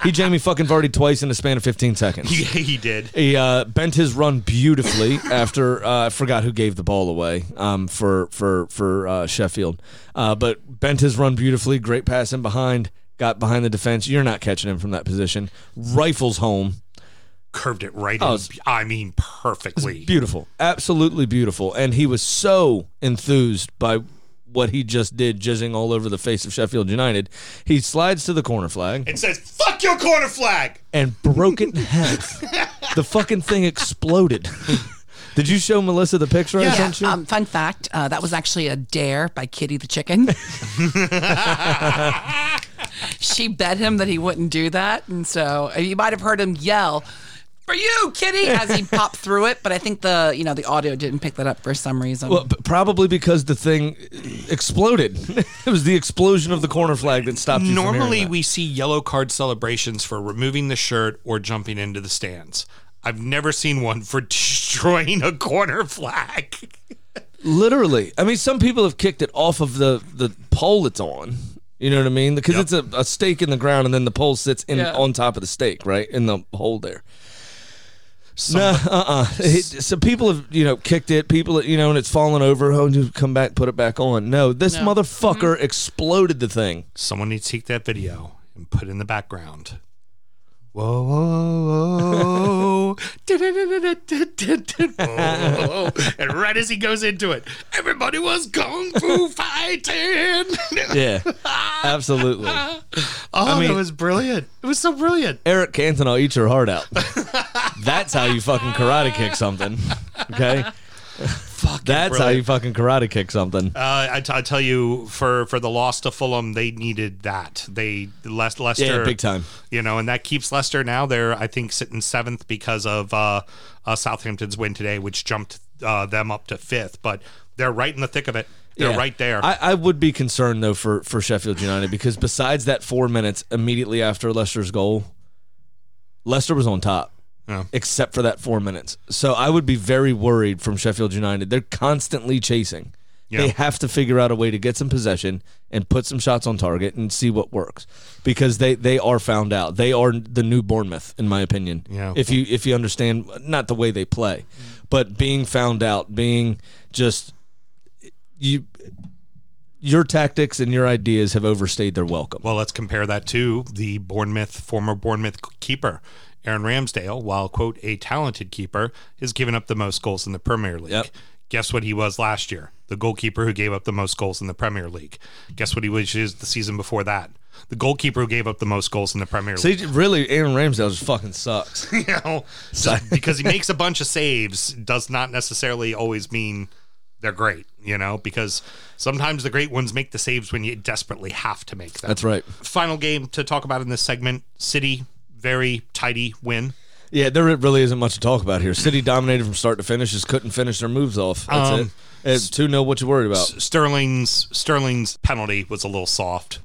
He Jamie fucking Vardy twice in the span of 15 seconds. Yeah, he did. He uh, bent his run beautifully after uh, I forgot who gave the ball away um, for for for uh, Sheffield, uh, but bent his run beautifully. Great pass in behind, got behind the defense. You're not catching him from that position. Rifles home. Curved it right Oh, in. it's- I mean, perfectly. Beautiful, absolutely beautiful. And he was so enthused by what he just did, jizzing all over the face of Sheffield United. He slides to the corner flag. And says, fuck your corner flag. and broke it in half. the fucking thing exploded. Did you show Melissa the picture I Yeah. sent you? Um, fun fact: uh, that was actually a dare by Kitty the chicken. she bet him that he wouldn't do that, and so uh, you might have heard him yell "for you, Kitty" as he popped through it. But I think the you know the audio didn't pick that up for some reason. well, p- probably because the thing exploded. it was the explosion of the corner flag that stopped you. from hearing Normally, that. we see yellow card celebrations for removing the shirt or jumping into the stands. I've never seen one for destroying a corner flag. literally. I mean, some people have kicked it off of the the pole it's on. You know what I mean? Because it's a, a stake in the ground, and then the pole sits in on top of the stake, right in the hole there. No, uh, uh So people have, you know, kicked it. People, you know, and it's fallen over. Oh, you come back, put it back on. No, this motherfucker exploded the thing. Someone needs to take that video and put it in the background. Whoa, whoa, whoa. Whoa. And right as he goes into it, everybody was kung fu fighting. Yeah, absolutely. Oh, mean- it was brilliant. It was so brilliant. Eric Cantona, eat your heart out. That's how you fucking karate kick something. Okay. That's how you brilliant. fucking karate kick something. Uh, I, t- I tell you, for, for the loss to Fulham, they needed that. They Les- Leicester, Yeah, big time. You know, and that keeps Leicester now. They're I think sitting seventh because of uh, uh, Southampton's win today, which jumped uh, them up to fifth. But they're right in the thick of it. They're Yeah. right there. I, I would be concerned though for for Sheffield United because besides that four minutes immediately after Leicester's goal, Leicester was on top. Yeah. Except for that four minutes. So I would be very worried from Sheffield United. They're constantly chasing. They Yeah. have to figure out a way to get some possession and put some shots on target and see what works. Because they, they are found out. They are the new Bournemouth, in my opinion. Yeah. If you if you understand not the way they play, but being found out, being just you your tactics and your ideas have overstayed their welcome. Well, let's compare that to the Bournemouth former Bournemouth keeper Aaron Ramsdale. While quote a talented keeper, has given up the most goals in the Premier League. Yep. Guess what he was last year? The goalkeeper who gave up the most goals in the Premier League. Guess what he was the season before that? The goalkeeper who gave up the most goals in the Premier So League. he j- really, Aaron Ramsdale just fucking sucks. you know, just because he makes a bunch of saves does not necessarily always mean they're great. You know, because sometimes the great ones make the saves when you desperately have to make them. That's right. Final game to talk about in this segment City, very tidy win. Yeah, there really isn't much to talk about here. City dominated from start to finish, just couldn't finish their moves off. That's Um, it. It's two nil. What you worried about? Sterling's Sterling's penalty was a little soft.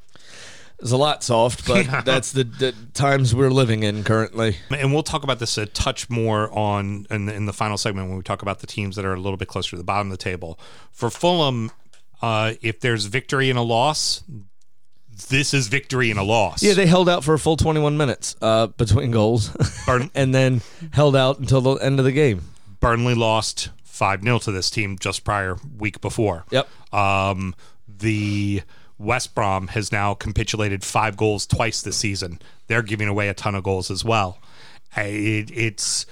It's a lot soft, but that's the, the times we're living in currently. And we'll talk about this a touch more on in the, in the final segment when we talk about the teams that are a little bit closer to the bottom of the table. For Fulham, uh, if there's victory and a loss, this is victory and a loss. Yeah, they held out for a full 21 minutes uh, between goals, Pardon? and then held out until the end of the game. Burnley lost 5 0 to this team just prior week before. Yep. Um, the West Brom has now capitulated five goals twice this season. They're giving away a ton of goals as well. I- It, it's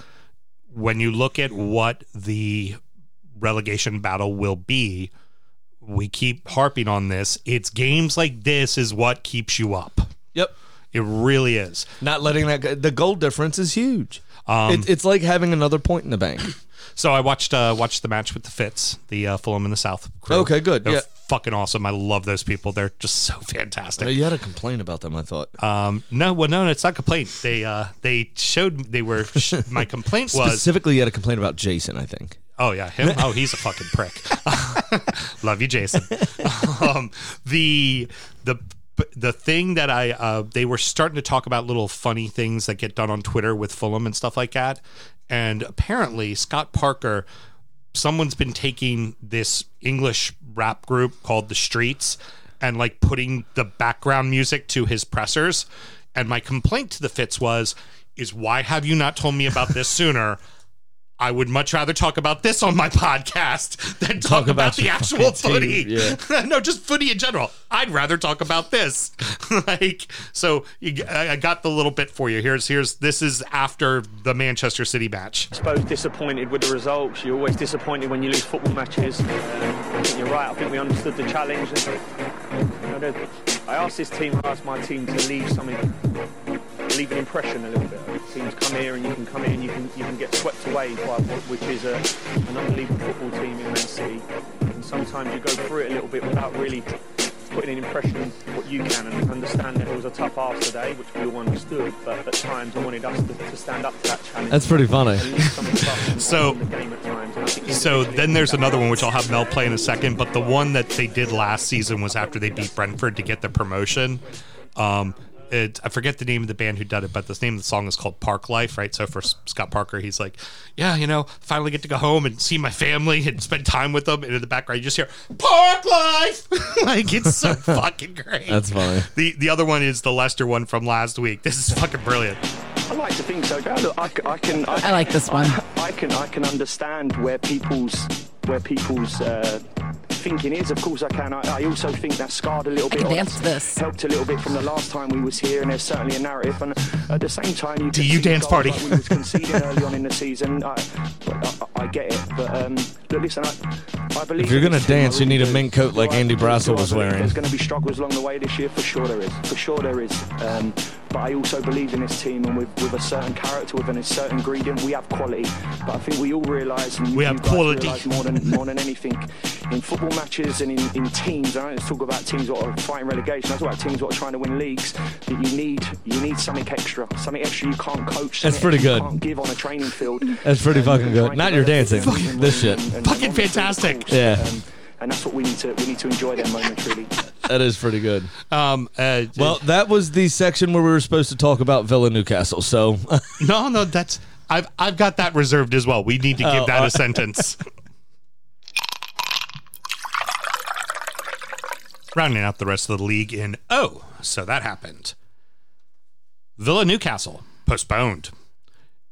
when you look at what the relegation battle will be, we keep harping on this. It's games like this is what keeps you up. Yep. It really is. Not letting that go. The goal difference is huge. It- it's like having another point in the bank. So I watched uh, watched the match with the Fitz, the uh, Fulham in the South. Crew. Okay, good, They're yeah. fucking awesome. I love those people. They're just so fantastic. you had a complaint about them, I thought. Um, no, well, no, no, it's not a complaint. They uh, they showed they were. Sh- my complaint was, Specifically, you had a complaint about Jason, I think. oh yeah, him. Oh, he's a fucking prick. Love you, Jason. um, the the the thing that I uh, they were starting to talk about little funny things that get done on Twitter with Fulham and stuff like that, and apparently Scott Parker. Someone's been taking this English rap group called The Streets and like putting the background music to his pressers. And my complaint to the Fitz was, is why have you not told me about this sooner? I would much rather talk about this on my podcast than talk, about, about the your actual fucking footy. team, yeah. no, just footy in general. I'd rather talk about this. like, so you, I I got the little bit for you. Here's here's this is after the Manchester City match. both disappointed with the results. You're always disappointed when you lose football matches. I think You're right. I think we understood the challenge. You know, the- I asked this team, I asked my team to leave something, leave an impression a little bit. Teams come here and you can come here and you can you can get swept away by what which is a, an unbelievable football team in Man City. And sometimes you go through it a little bit without really putting an impression of what you can and understand that it was a tough ask today, which we all understood, but at times I wanted us to, to stand up to that challenge. That's pretty funny. So- So then there's another one which I'll have Mel play in a second, but the one that they did last season was after they beat Brentford to get the promotion. Um, it, I forget the name of the band who did it, but the name of the song is called Park Life, right? So for S- Scott Parker, he's like, "Yeah, you know, finally get to go home and see my family and spend time with them." And in the background, you just hear "Park Life," like it's so fucking great. That's funny. The the other one is the Lester one from last week. This is fucking brilliant. I like to think so. Look, I, c- I can. I, I like this one. I can. I can understand where people's where people's uh, thinking is. Of course, I can. I, I also think that's scarred a little bit. can or dance that's this. Helped a little bit from the last time we was here, and there's certainly a narrative. And at the same time, you Do can you see the dance goals party? Like we was conceding early on in the season. I, I, I get it, but um, look, listen. I, I believe. If you're in gonna this team, I dance, you really need a do. mink coat like Do I- Andy do I Brassel believe was wearing. there's going to be struggles along the way this year. For sure there is. For sure there is. Um, but I also believe in this team, and with, with a certain character, with a certain ingredient, we have quality. But I think we all realise, and We you have guys quality. realise more than more than anything, in football matches and in, in teams. I don't just talk about teams that are fighting relegation. I talk about teams that are trying to win leagues. That you need you need something extra, something extra you can't coach. That's something pretty extra good. You can't give on a training field. That's pretty Um, fucking good. trying to Not your develop dancing. and- and- This shit. and- and Fucking on the field, of fantastic. course. Yeah. Um, and that's what we need to we need to enjoy their moments really. That is pretty good. Um, uh, Well, that was the section where we were supposed to talk about Villa Newcastle. So No, no, that's I've I've got that reserved as well. We need to give Oh, that uh, a sentence. Rounding out the rest of the league in oh, so that happened. Villa Newcastle postponed.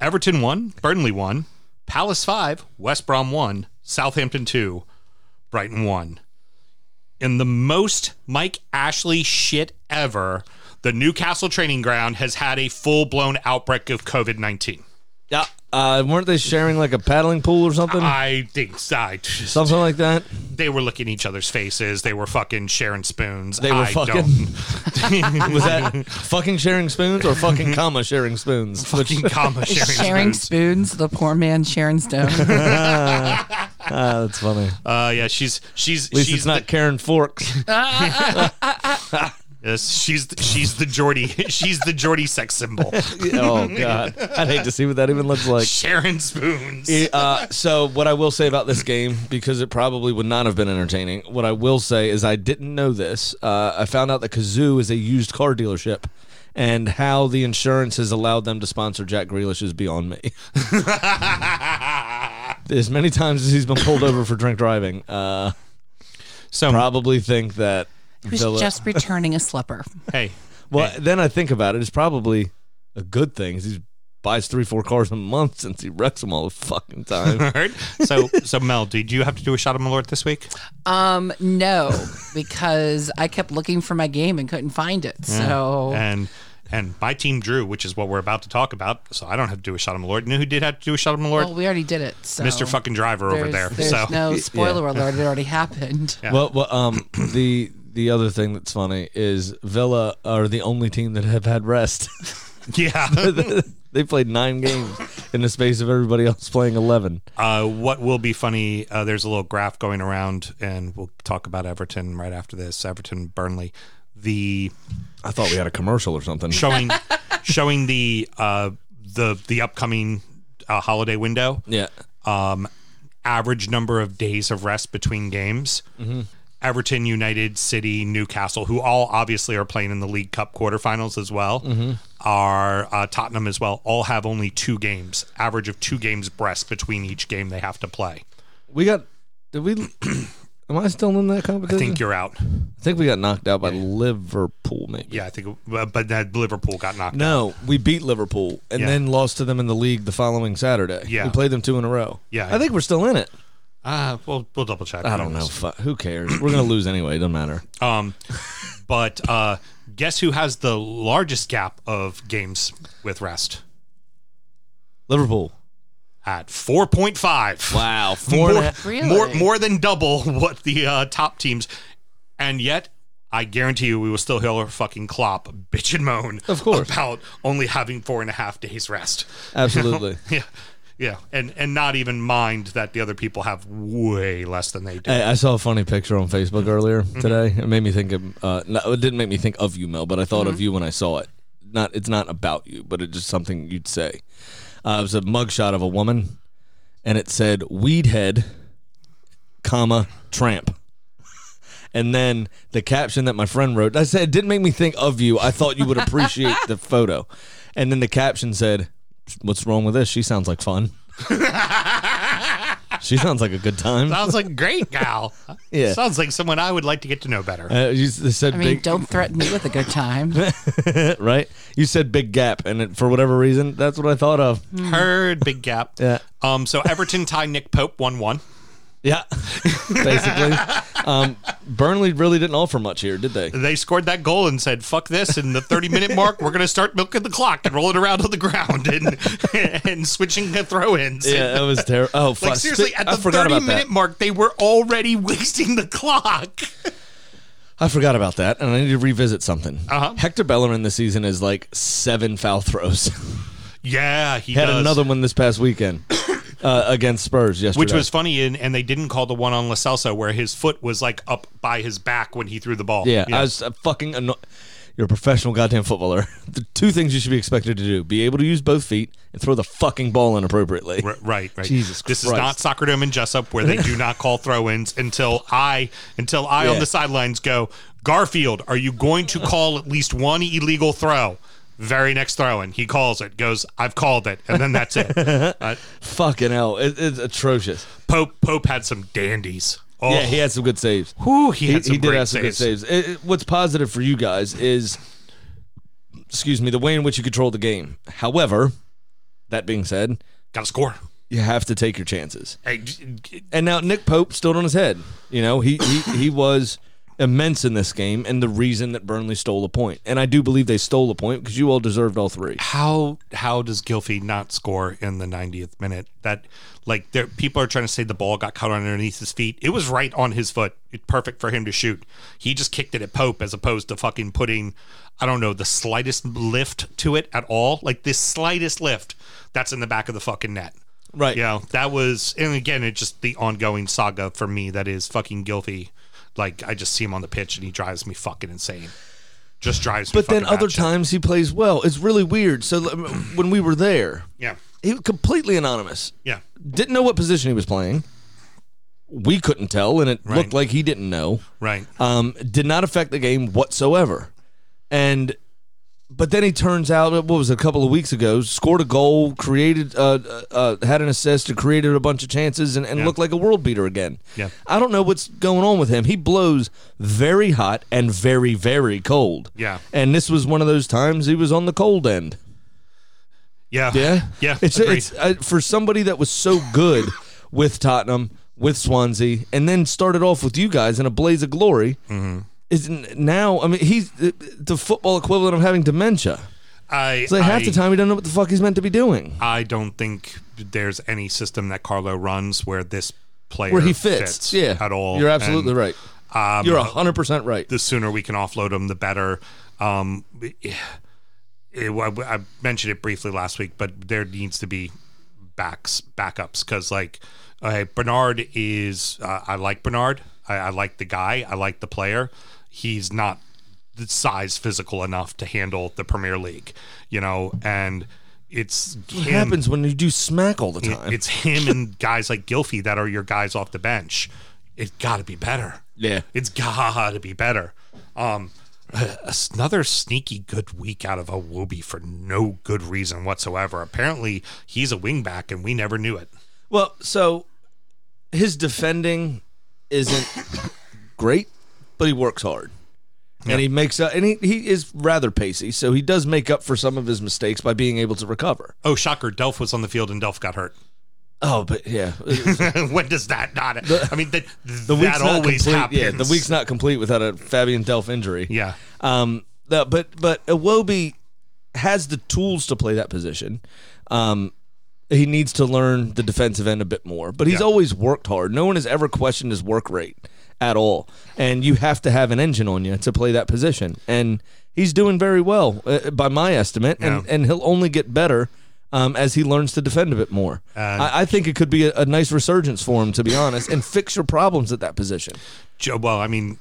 Everton one, Burnley one, Palace five, West Brom one, Southampton two, Brighton one. In the most Mike Ashley shit ever, the Newcastle training ground has had a full blown outbreak of COVID nineteen. yeah, uh, weren't they sharing like a paddling pool or something? I think I just- something like that. they were looking each other's faces. They were fucking sharing spoons. They were I fucking- Don't. Was that fucking sharing spoons or fucking comma sharing spoons? Which- fucking comma sharing, Sharing spoons. spoons, the poor man Sharon Stone. ah, that's funny. At uh, yeah, she's she's least she's it's not Karen Forks. The, yes, she's the, she's the Geordie she's the Geordie sex symbol. oh god, I'd hate to see what that even looks like. Sharon spoons. It, uh, so what I will say about this game, because it probably would not have been entertaining, what I will say is I didn't know this. Uh, I found out that Kazoo is a used car dealership, and how the insurance has allowed them to sponsor Jack Grealish is beyond me. as many times as he's been pulled over for drink driving, uh, so probably think that. Who's Villa- just returning a slipper. hey, well, then I think about it. It's probably a good thing. 'cause He buys three, four cars a month since he wrecks them all the fucking time. heard? So so Mel, did you have to do a shot of Malort this week? Um, no, because I kept looking for my game and couldn't find it. So And And my team drew, which is what we're about to talk about. So I don't have to do a shot of Malort. You know who did have to do a shot of Malort? Well, we already did it. So Mr. Fucking Driver over There's- there. There's So no Yeah. spoiler alert. It already happened. Yeah. Well, well um, the the other thing that's funny is Villa are the only team that have had rest. yeah. they played nine games in the space of everybody else playing eleven. Uh, what will be funny? Uh, there's a little graph going around, and we'll talk about Everton right after this. Everton, Burnley, the I thought we had a commercial or something. showing showing the uh, the the upcoming uh, holiday window. Yeah. um, average number of days of rest between games. Everton, United, City, Newcastle, who all obviously are playing in the League Cup quarterfinals as well, are uh, Tottenham as well. All have only two games, average of two games rest between each game they have to play. We got. Did we? Am I still in that competition? I think you're out. I think we got knocked out by Liverpool, maybe. Yeah, I think, but but that Liverpool got knocked. out. No, we beat Liverpool and Yeah. then lost to them in the league the following Saturday. Yeah. we played them two in a row. Yeah. I think we're still in it. Uh, we'll we'll double check. I don't know. Fuck, who cares? We're gonna lose anyway. Doesn't matter. Um, but uh, guess who has the largest gap of games with rest Liverpool. at four point five. Wow, four and a more, half. Really? more more than double what the uh, top teams, and yet I guarantee you we will still hear our fucking Klopp bitch and moan Of course. about only having four and a half days rest. Absolutely. Yeah, yeah, and and not even mind that the other people have way less than they do. Mm-hmm. Hey, I saw a funny picture on Facebook earlier today. It made me think of. Uh, no, it didn't make me think of you, Mel, but I thought Mm-hmm. of you when I saw it. Not, it's not about you, but it's just something you'd say. Uh, it was a mugshot of a woman, and it said "weed head, comma tramp." And then the caption that my friend wrote, I said, it didn't make me think of you. I thought you would appreciate the photo. And then the caption said, What's wrong with this? She sounds like fun. she sounds like a good time. Sounds like great gal. Yeah. Sounds like someone I would like to get to know better. Uh, you s- they said I mean, big, don't threaten me with a good time. right? You said big gap, and it, for whatever reason, that's what I thought of. Hmm. Heard big gap. Mm. Yeah. Um. So Everton tie Nick Pope one one. Yeah, basically, um, Burnley really didn't offer much here, did they? They scored that goal and said, "Fuck this!" In the 30 minute mark, we're going to start milking the clock and roll it around on the ground and and switching the throw ins. Yeah, that was terrible. Oh, fuck. Like seriously, Spe- at I the forgot 30 about minute that. mark, they were already wasting the clock. I forgot about that, and I need to revisit something. Uh-huh. Hector Bellerin this season is like seven foul throws. Yeah, he Had does. another one this past weekend uh, against Spurs yesterday, Which was funny, and, and they didn't call the one on Lacelso where his foot was like up by his back when he threw the ball. yeah, I was uh, fucking anno- You're a professional goddamn footballer. The two things you should be expected to do: be able to use both feet and throw the fucking ball in appropriately. R- right, right. Jesus This is Christ. not Soccer Dome and Jessup where they do not call throw-ins until I until I on Yeah. the sidelines go, Garfield, are you going to call at least one illegal throw? Very next throw-in, he calls it, goes, I've called it, and then that's it. Uh, Fucking hell, it, it's atrocious. Pope Pope had some dandies. Oh, Yeah, he had some good saves. whew, he, He, had some he did great have some saves. good saves. It- it- what's positive for you guys is, excuse me, the way in which you control the game. However, that being said, Got to score. you have to take your chances. Hey, j- j- And now Nick Pope stood on his head. You know, he he, he was immense in this game and the reason that Burnley stole a point. And I do believe they stole a point because you all deserved all three. how how does Gilfie not score in the 90th minute? That like there people are trying to say the ball got caught underneath his feet. It was right on his foot. It's perfect for him to shoot. He just kicked it at Pope as opposed to fucking putting I don't know the slightest lift to it at all. Like this slightest lift that's in the back of the fucking net. Right. You know, that was and again it's just the ongoing saga for me that is fucking Gilfie. Like I just see him on the pitch and he drives me fucking insane. Just drives me But then fucking other batshit. times he plays well. It's really weird. So l- when we were there, Yeah. he was completely anonymous. Yeah. didn't know what position he was playing. We couldn't tell, and it Right. looked like he didn't know. Right. Um, did not affect the game whatsoever. And but then he turns out what was it, a couple of weeks ago scored a goal, created uh, uh, uh, had an assist, and created a bunch of chances, and, and Yeah. looked like a world beater again. Yeah. I don't know what's going on with him. He blows very hot and very very cold. Yeah. and this was one of those times he was on the cold end. Yeah. Yeah, Yeah. It's, agreed. it's uh, for somebody that was so good with Tottenham, with Swansea, and then started off with you guys in a blaze Mm-hmm. uh, of glory. Is n- now? I mean, he's the, the football equivalent of having dementia. I It's like half I- the time he doesn't know what the fuck he's meant to be doing. I don't think there's any system that Carlo runs where this player Where he fits. yeah. at all. You're absolutely And, right. Um, You're 100% right. the sooner we can offload him, the better. Um, it- it- I, I mentioned it briefly last week, but there needs to be backs backups because like okay, Bernard is uh, I like Bernard. I, I like the guy. I like the player. He's not the size physical enough to handle the Premier League, you know, and. It's What him- happens when you do smack all the time? it's him and guys like Gilfy that are your guys off the bench. It's got to be better. Yeah. it's got to be better. Um, another sneaky good week out of Awobi for no good reason whatsoever. Apparently, he's a wingback, and we never knew it. Well, so his defending isn't great, but he works hard. Yeah. And he makes up, and he, he is rather pacey, so he does make up for some of his mistakes by being able to recover. Oh, shocker! Delph was on the field, and Delph got hurt. Oh, but yeah, when does that not? I mean, that the that week's not always complete. happens. Yeah, the week's not complete without a Fabian Delph injury. Yeah. Um, no, but but Iwobi has the tools to play that position. Um, he needs to learn the defensive end a bit more, but he's Yeah. always worked hard. No one has ever questioned his work rate at all, and you have to have an engine on you to play that position. And he's doing very well uh, by my estimate, and Yeah. and he'll only get better. Um, as he learns to defend a bit more, Uh, I, I think it could be a, a nice resurgence for him, to be honest, and fix your problems at that position. Joe. Well, I mean,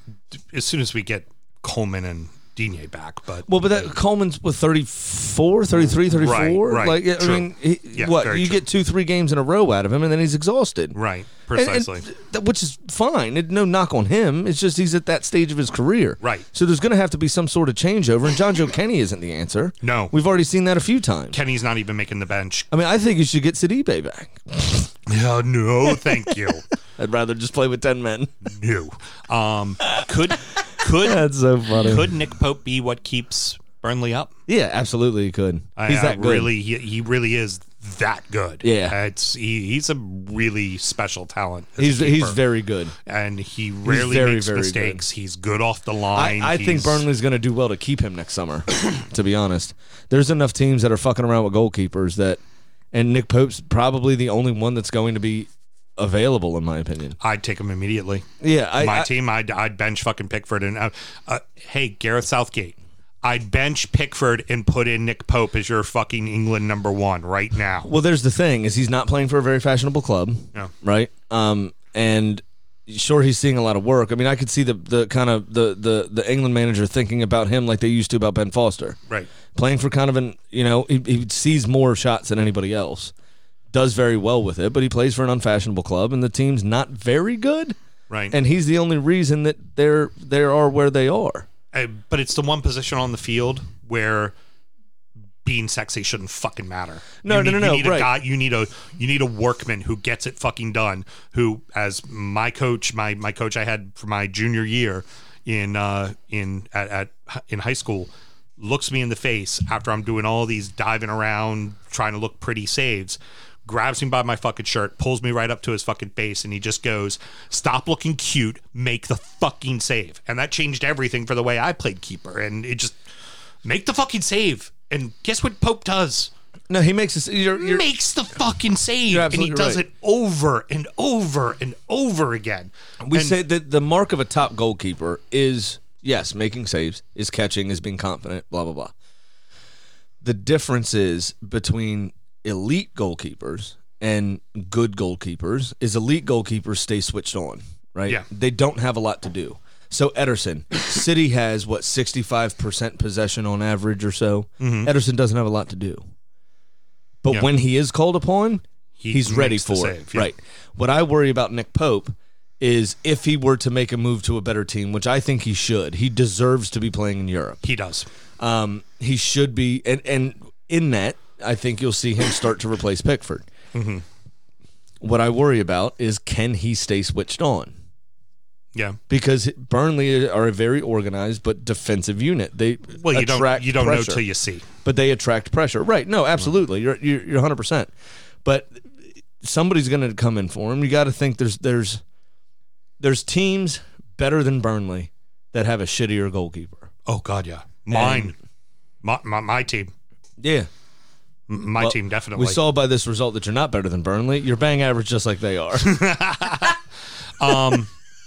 as soon as we get Coleman and Digne back, but Well, but that Coleman's with 34, 33, 34. Right, right, like, I true. mean, he, Yeah, what? very You true. get two, three games in a row out of him, and then he's exhausted. right, And- and precisely. th- which is fine. It- No knock on him. It's just he's at that stage of his career. Right. So there's going to have to be some sort of changeover, and John Joe Kenny isn't the answer. No. We've already seen that a few times. Kenny's not even making the bench. I mean, I think you should get Sidibe back. Yeah, no, thank you. I'd rather just play with 10 men. No. Um, could could so funny. could Nick Pope be what keeps Burnley up? Yeah, absolutely, he could. I- he's I that good. really he, he really is that good. Yeah. Uh, it's he, he's a really special talent. as a He's, he's keeper. very good. and he rarely very, makes very good. mistakes. He's good off the line. I, I think He's- Burnley's going to do well to keep him next summer. to be honest, there's enough teams that are fucking around with goalkeepers that, and Nick Pope's probably the only one that's going to be available, in my opinion. I'd take him immediately. Yeah, I, My I- team, I'd, I'd bench fucking Pickford and uh, uh, hey Gareth Southgate, I'd bench Pickford and put in Nick Pope as your fucking England number one right now. Well, there's the thing is he's not playing for a very fashionable club, Yeah. right? Um, and sure he's seeing a lot of work. I mean, I could see the the kind of the the the England manager thinking about him like they used to about Ben Foster, Right. Playing for kind of an you know he, he sees more shots than anybody else, does very well with it, but he plays for an unfashionable club and the team's not very good, Right. And he's the only reason that they're they are where they are. Uh, but it's the one position on the field where being sexy shouldn't fucking matter. No, you no, need, no, no, You need right. a guy. You need a you need a workman who gets it fucking done. Who, as my coach, my my coach I had for my junior year in uh in at, at in high school looks me in the face after I'm doing all these diving around trying to look pretty saves. Grabs me by my fucking shirt, pulls me right up to his fucking face, and he just goes, "Stop looking cute, make the fucking save." And that changed everything for the way I played keeper. And it just make the fucking save. And guess what Pope does? No, he makes this. You're, you're, Makes the fucking save, You're and he absolutely does right. it over and over and over again. We And- say that the mark of a top goalkeeper is yes, making saves, is catching, is being confident, blah blah blah. The difference is between elite goalkeepers and good goalkeepers is elite goalkeepers stay switched on, right? Yeah. They don't have a lot to do. So Ederson, City has what 65% possession on average or so. Mm-hmm. Ederson doesn't have a lot to do. But Yeah. when he is called upon, he's makes ready the for it. save, yeah. Right. What I worry about Nick Pope is if he were to make a move to a better team, which I think he should. He deserves to be playing in Europe. he does. Um, he should be, and and in that, I think you'll see him start to replace Pickford. Mm-hmm. What I worry about is can he stay switched on? Yeah. Because Burnley are a very organized but defensive unit. They Well, you attract don't you don't pressure know till you see. but they attract pressure. Right. No, absolutely. You're you're, you're 100%. But somebody's going to come in for him. You got to think there's there's there's teams better than Burnley that have a shittier goalkeeper. Oh God, yeah. Mine, my, my my team. Yeah. M- My Well, team definitely. We saw by this result that you're not better than Burnley. You're bang average just like they are.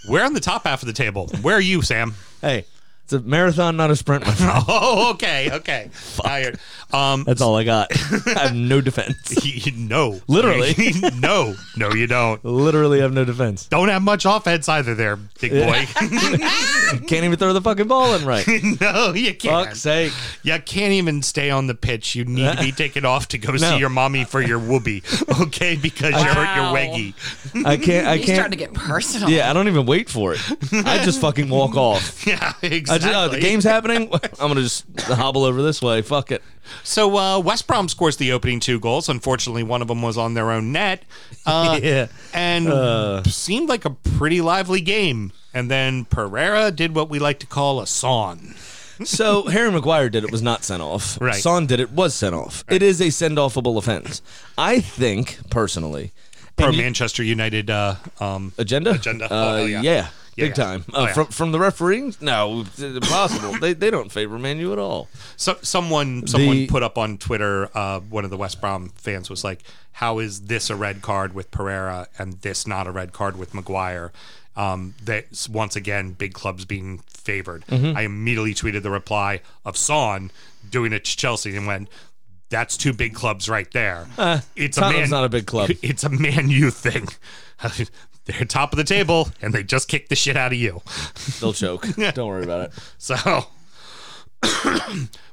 We're on the top half of the table. Where are you, Sam? hey, it's a marathon, not a sprint. My friend. Oh, okay, okay. Tired. Um, That's all I got. I have no defense. no, Literally. no, no, you don't. Literally have no defense. Don't have much offense either, there, big boy. Can't even throw the fucking ball in right. no, you can't. Fuck's sake. You can't even stay on the pitch. You need to be taken off to go see No. your mommy for your whoopee, okay? Because you hurt your Wow. weggy. I can't. I He's can't. trying to get personal. yeah, I don't even wait for it. I just fucking walk off. Yeah, I exactly. just, oh, the game's happening. I'm gonna just hobble over this way. Fuck it. So uh, West Brom scores the opening two goals. Unfortunately, one of them was on their own net, uh, Yeah. and Uh. seemed like a pretty lively game. And then Pereira did what we like to call a son. So Harry Maguire did it was not sent off. Right. Son did it was sent off. It is a send offable offense. I think personally. Pro and you- Manchester United uh, um, agenda. Agenda. Uh, Oh, yeah. yeah. Yeah, Big yeah. time. Uh, Oh, yeah. From from the refereeing? No, it's impossible. they they don't favor Manu at all. So, someone someone The- put up on Twitter. Uh, one of the West Brom fans was like, "How is this a red card with Pereira and this not a red card with Maguire?" Um, that once again, big clubs being favored. Mm-hmm. I immediately tweeted the reply of Son doing it to Chelsea and went, "That's two big clubs right there. it's a Uh, Tottenham's man, not a big club. It's a man you thing. They're top of the table and they just kick the shit out of you." They'll choke. don't worry about it. So,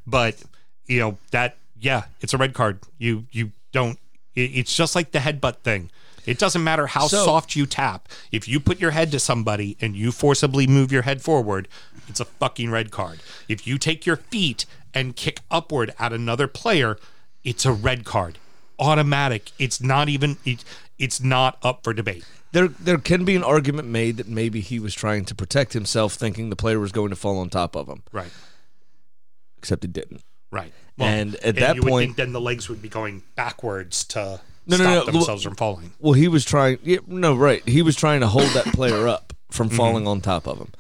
but you know that yeah, it's a red card. You you don't. It, it's just like the headbutt thing. It doesn't matter how So- soft you tap. If you put your head to somebody and you forcibly move your head forward, it's a fucking red card. If you take your feet and kick upward at another player, it's a red card. Automatic. It's not even. It, it's not up for debate. There there can be an argument made that maybe he was trying to protect himself thinking the player was going to fall on top of him. Right. Except he didn't. Right. And at that you would point- think then the legs would be going backwards to No, no, stop no, themselves well- from falling. Well, he was trying. Yeah, no, right. He was trying to hold that player up from Mm-hmm. falling on top of him.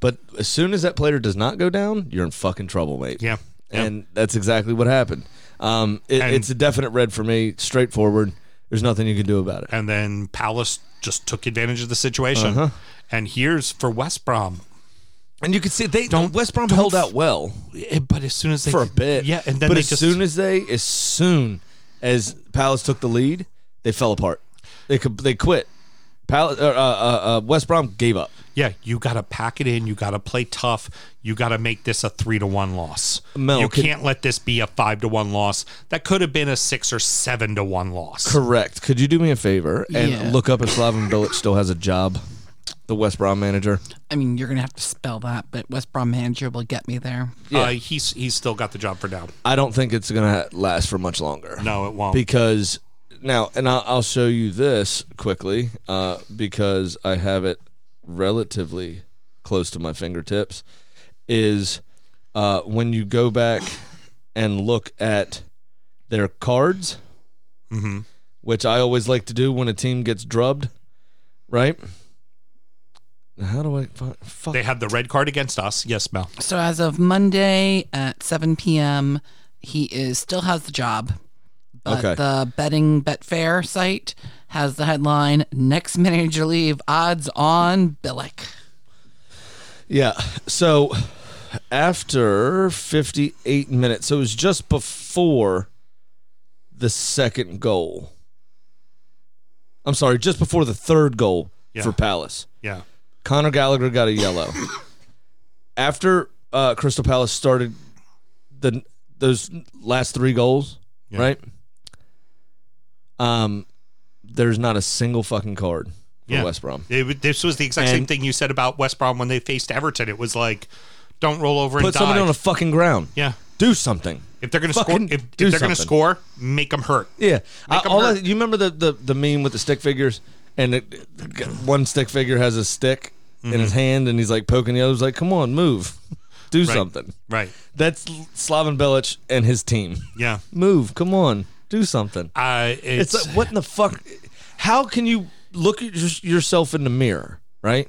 But as soon as that player does not go down, you're in fucking trouble, mate. Yeah, yeah. And that's exactly what happened. Um, it, And- it's a definite red for me. Straightforward. There's nothing you can do about it. And then Palace just took advantage of the situation. Uh-huh. And here's for West Brom. And you can see they Don't- West Brom don't held f- out well Eh, But as soon as they for a bit. yeah, and then but they as just soon as they, as soon as Palace took the lead, they fell apart. They could, they quit. Palace, uh, uh, uh, West Brom gave up. yeah, you got to pack it in. You got to play tough. You got to make this a three to one loss. Mel, you can- can't let this be a five to one loss. That could have been a six or seven to one loss. Correct. Could you do me a favor and Yeah. look up if Slaven Bilic still has a job? The West Brom manager. I mean, you're gonna have to spell that, but West Brom manager will get me there. Uh, he's he's still got the job for now. I don't think it's going to last for much longer. No, it won't. Because now, and I'll, I'll show you this quickly uh, because I have it relatively close to my fingertips. Is uh, when you go back and look at their cards, which I always like to do when a team gets drubbed, right? How do I find? Fuck. they had the red card against us. Yes, Mel. So as of Monday at 7 p.m., he is still has the job. But Okay. the betting Betfair site has the headline Next Manager Leave Odds on Billick. Yeah. So after 58 minutes, so it was just before the second goal. I'm sorry, just before the third goal Yeah. for Palace. Yeah. Connor Gallagher got a yellow. after uh, Crystal Palace started the those last three goals, right? Um, there's not a single fucking card for Yeah. West Brom. It, would- this was the exact same And- thing you said about West Brom when they faced Everton. It was like, don't roll over and Put die. someone on the fucking ground. yeah. Do something. If they're gonna score, Fucking if, if do they're gonna something. score, make them hurt. Yeah, I, 'em all I, hurt. you remember the, the the meme with the stick figures, and it, one stick figure has a stick in Mm-hmm. his hand, and he's like poking the other's like, "Come on, move, do something." Right. That's Slaven Bilic and his team. Yeah. Move, come on, do something. Uh, It's, it's, like what in the fuck? How can you look at your, yourself in the mirror? Right?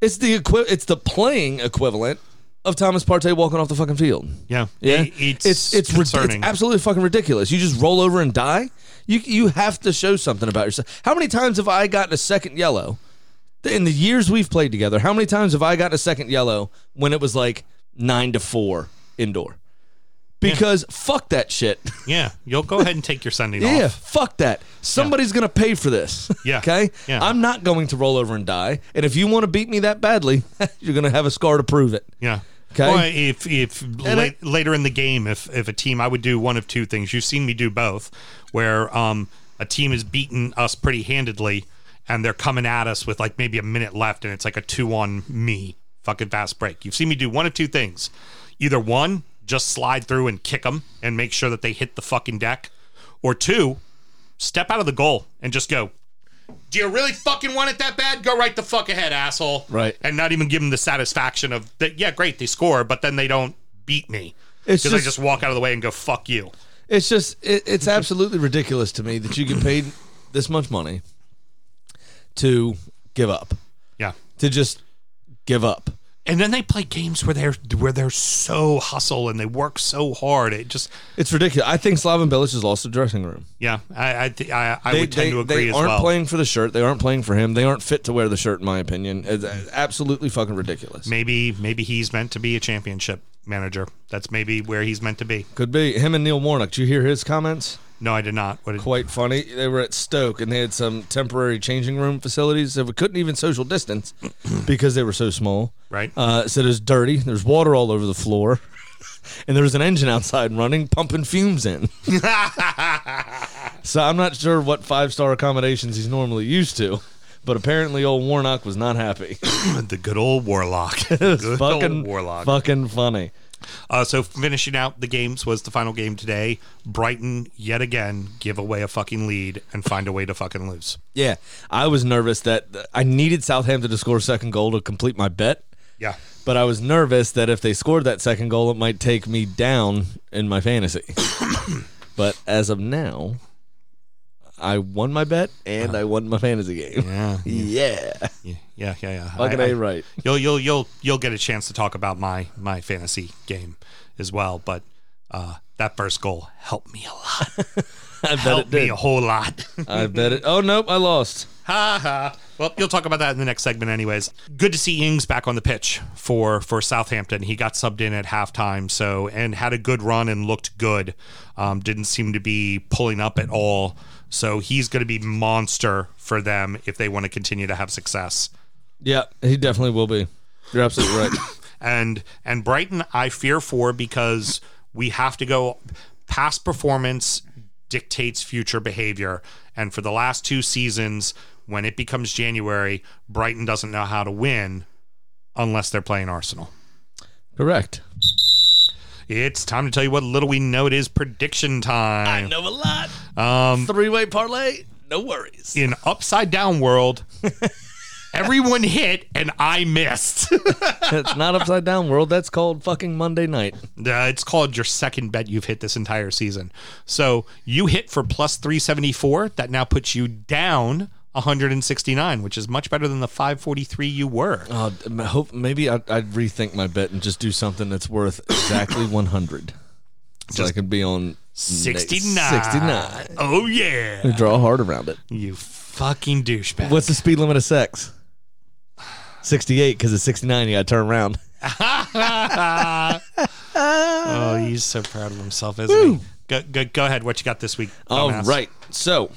It's the equi- It's the playing equivalent of Thomas Partey walking off the fucking field. Yeah. Yeah, It- it's it's it's, rid- concerning. it's absolutely fucking ridiculous. You just roll over and die. You you have to show something about yourself. How many times have I gotten a second yellow in the years we've played together? How many times have I gotten a second yellow when it was like nine to four indoor? Because fuck that shit. yeah. You'll go ahead and take your Sunday Yeah, off. fuck that. Somebody's gonna pay for this. Yeah. Okay. Yeah. I'm not going to roll over and die. And if you want to beat me that badly, you're gonna have a scar to prove it. Yeah. Okay. Or if if la- I- later in the game, if if a team, I would do one of two things. You've seen me do both, where um a team is beating us pretty handedly, and they're coming at us with like maybe a minute left, and it's like a two on me fucking fast break. You've seen me do one of two things. Either one, just slide through and kick them and make sure that they hit the fucking deck, or two, step out of the goal and just go. Do you really fucking want it that bad? Go right the fuck ahead, asshole. Right. And not even give them the satisfaction of that. Yeah, great, they score, but then they don't beat me It's because I just- just walk out of the way and go fuck you. It's just it, it's absolutely ridiculous to me that you get paid this much money to give up, Yeah. to just give up. And then they play games where they're where they're so hustle and they work so hard. It just It's ridiculous. I think Slaven Bilic has lost the dressing room. yeah. I I th- I, I They, would tend they, to agree they as aren't well. playing for the shirt. They aren't playing for him. They aren't fit to wear the shirt, in my opinion. It's absolutely fucking ridiculous. maybe maybe he's meant to be a championship manager. That's maybe where he's meant to be. Could be him and Neil Warnock. Did you hear his comments? No, I did not. What did, Quite funny. They were at Stoke and they had some temporary changing room facilities that we couldn't even social distance because they were so small. Right. Uh, so there's dirty. There's water all over the floor, and there was an engine outside running, pumping fumes in. so I'm not sure what five star accommodations he's normally used to, but apparently old Warnock was not happy. the good old warlock. Good old fucking warlock. Fucking funny. Uh, so finishing out the games was the final game today. Brighton yet again give away a fucking lead and find a way to fucking lose. Yeah, I was nervous that that I needed Southampton to score a second goal to complete my bet. Yeah. But I was nervous that if they scored that second goal, it might take me down in my fantasy. but as of now, I won my bet and I won my fantasy game. Yeah. Uh-huh. Yeah. Yeah. Yeah. Yeah. Fucking I- I- A right. You'll you'll you'll you'll get a chance to talk about my my fantasy game as well, but uh, that first goal helped me a lot. I bet it helped me did. a whole lot. I bet it. Oh, nope. I lost. Ha ha. Well, you'll talk about that in the next segment, anyways. Good to see Ings back on the pitch for for Southampton. He got subbed in at halftime, so and had a good run and looked good. Um, didn't seem to be pulling up at all. So he's going to be monster for them if they want to continue to have success. Yeah, he definitely will be. You're absolutely right. and and Brighton I fear for because we have to go past performance dictates future behavior and for the last two seasons when it becomes January Brighton doesn't know how to win unless they're playing Arsenal. Correct. It's time to tell you what little we know it is prediction time. I know a lot. Um Three way parlay. No worries. in upside down world everyone hit and I missed. That's not upside down world. That's called fucking Monday night. Uh, it's called your second bet you've hit this entire season. So you hit for plus 374. That now puts you down 169, which is much better than the 543 you were. Oh, d- m- hope maybe I'd, I'd rethink my bet and just do something that's worth exactly 100. So I could be on na- 69. 69. Oh, yeah. Draw hard around it. You fucking douchebag. What's the speed limit of sex? 68, because it's 69, you got to turn around. oh, he's so proud of himself, isn't he? Go, go, go ahead. What you got this week? All dumbass? right. So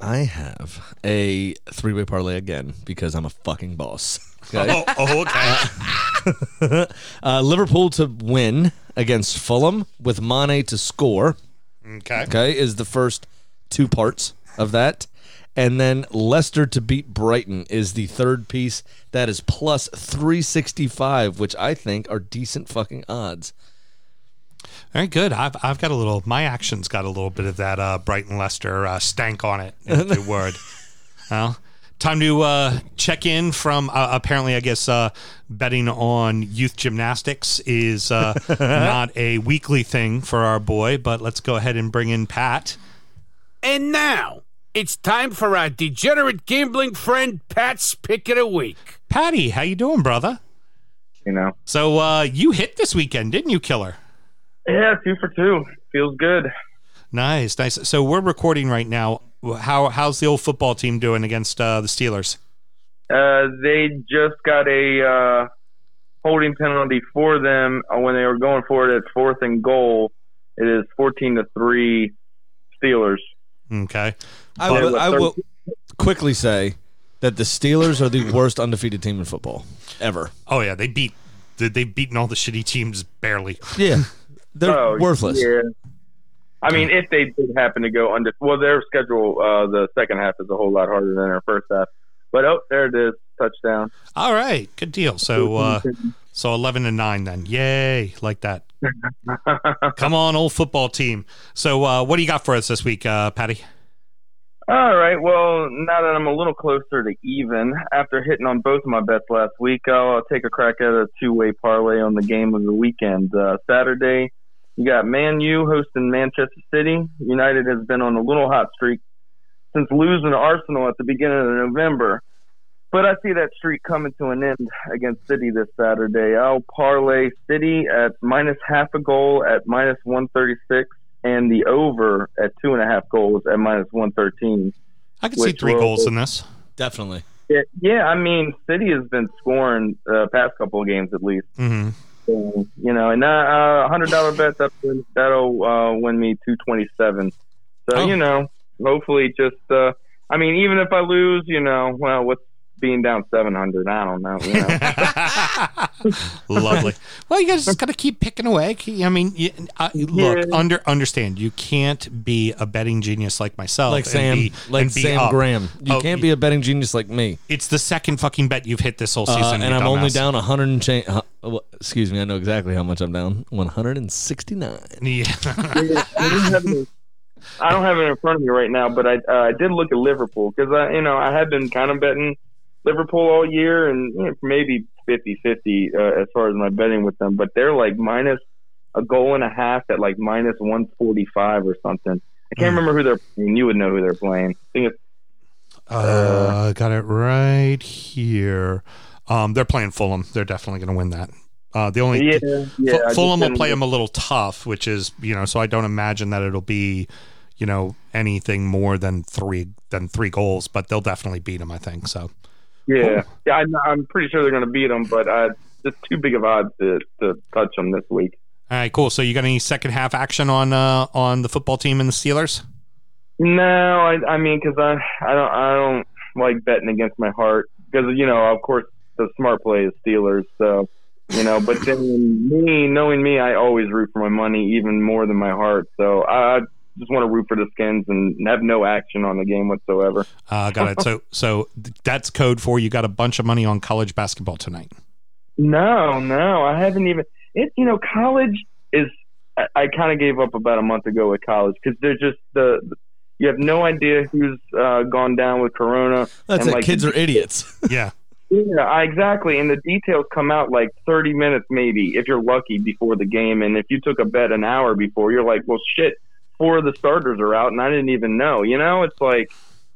I have a three way parlay again because I'm a fucking boss. Okay. Oh, oh, okay. Uh, Liverpool to win against Fulham with Mane to score. okay. Okay, is the first two parts of that. And then Leicester to beat Brighton is the third piece. That is plus 365, which I think are decent fucking odds. Very good. I've, I've got a little, my action's got a little bit of that uh, Brighton Lester uh, stank on it, if you would. Well, time to uh, check in from uh, apparently, I guess, uh, betting on youth gymnastics is uh, not a weekly thing for our boy, but let's go ahead and bring in Pat. And now it's time for our degenerate gambling friend Pat's pick of the week. Patty, how you doing, brother? you know. So uh, you hit this weekend, didn't you, Killer? Yeah, two for two. Feels good. Nice, nice. So we're recording right now. How how's the old football team doing against uh, the Steelers? Uh, they just got a uh, holding penalty for them when they were going for it at fourth and goal. It is fourteen to three, Steelers. Okay. I But- will, I will quickly say that the Steelers are the worst undefeated team in football ever. Oh yeah, they beat they- they've beaten all the shitty teams barely. Yeah, they're Oh, worthless. Yeah. I mean, if they did happen to go under, well, their schedule, uh, the second half is a whole lot harder than our first half. But oh, there it is, touchdown. All right, good deal. So uh, so eleven and nine then. Yay, like that. Come on, old football team. So uh, what do you got for us this week, uh, Patty? All right. Well, now that I'm a little closer to even, after hitting on both of my bets last week, I'll take a crack at a two-way parlay on the game of the weekend. Uh, Saturday, you got Man U hosting Manchester City. United has been on a little hot streak since losing to Arsenal at the beginning of November. But I see that streak coming to an end against City this Saturday. I'll parlay City at minus half a goal at minus 136 and the over at two and a half goals at minus 113. I can see Which three will- goals in this. Definitely. Yeah, yeah, I mean, City has been scoring uh, past couple of games at least. hmm So, you know, and uh, uh, hundred dollar bet that that'll uh, win me two twenty seven. So Oh. you know, hopefully, just uh, I mean, even if I lose, you know, well, what's being down seven hundred? I don't know. You know. Lovely. Well, you guys just got to keep picking away. Ke- I mean, you, uh, look, under understand, you can't be a betting genius like myself, Like Oh, and Sam, be- like and be Sam up. Graham. You Oh, can't be a betting genius like me. It's the second fucking bet you've hit this whole Uh, season, and you I'm only dumbass. down 100 and change. Uh, well, excuse me, I know exactly how much I'm down. 169. Yeah. I didn't have it- I don't have it in front of me right now, but I uh, I did look at Liverpool because I you know I had been kind of betting Liverpool all year and you know, maybe 50-50 uh, as far as my betting with them, but they're like minus a goal and a half at like minus one forty five or something. I Mm. can't remember who they're playing. You would know who they're playing. I think it's Uh, got it right here. Um, they're playing Fulham. They're definitely going to win that. Uh, the only yeah, yeah, I Fu- just Fulham will didn't- play them a little tough, which is you know. So I don't imagine that it'll be, you know, anything more than three than three goals. But they'll definitely beat them. I think so. Yeah, yeah, I'm, I'm pretty sure they're going to beat them, but uh, just too big of odds to, to touch them this week. All right, cool. So you got any second half action on uh, on the football team and the Steelers? No, I, I mean 'cause I, I don't, I don't like betting against my heart. 'Cause you know, of course, the smart play is Steelers. So, you know, but then me, knowing me, I always root for my money even more than my heart. So I I just want to root for the skins and have no action on the game whatsoever. Uh, got it. So so th- that's code for you got a bunch of money on college basketball tonight. No, no, I haven't even. It, you know, college is. I, I kind of gave up about a month ago with college 'cause they're just the. You have no idea who's uh, gone down with corona. That's and, it. like, Kids are idiots. Yeah. Yeah, I- exactly. And the details come out like 30 minutes, maybe, if you're lucky before the game. And if you took a bet an hour before, you're like, well, shit, four of the starters are out, and I didn't even know. You know, it's like,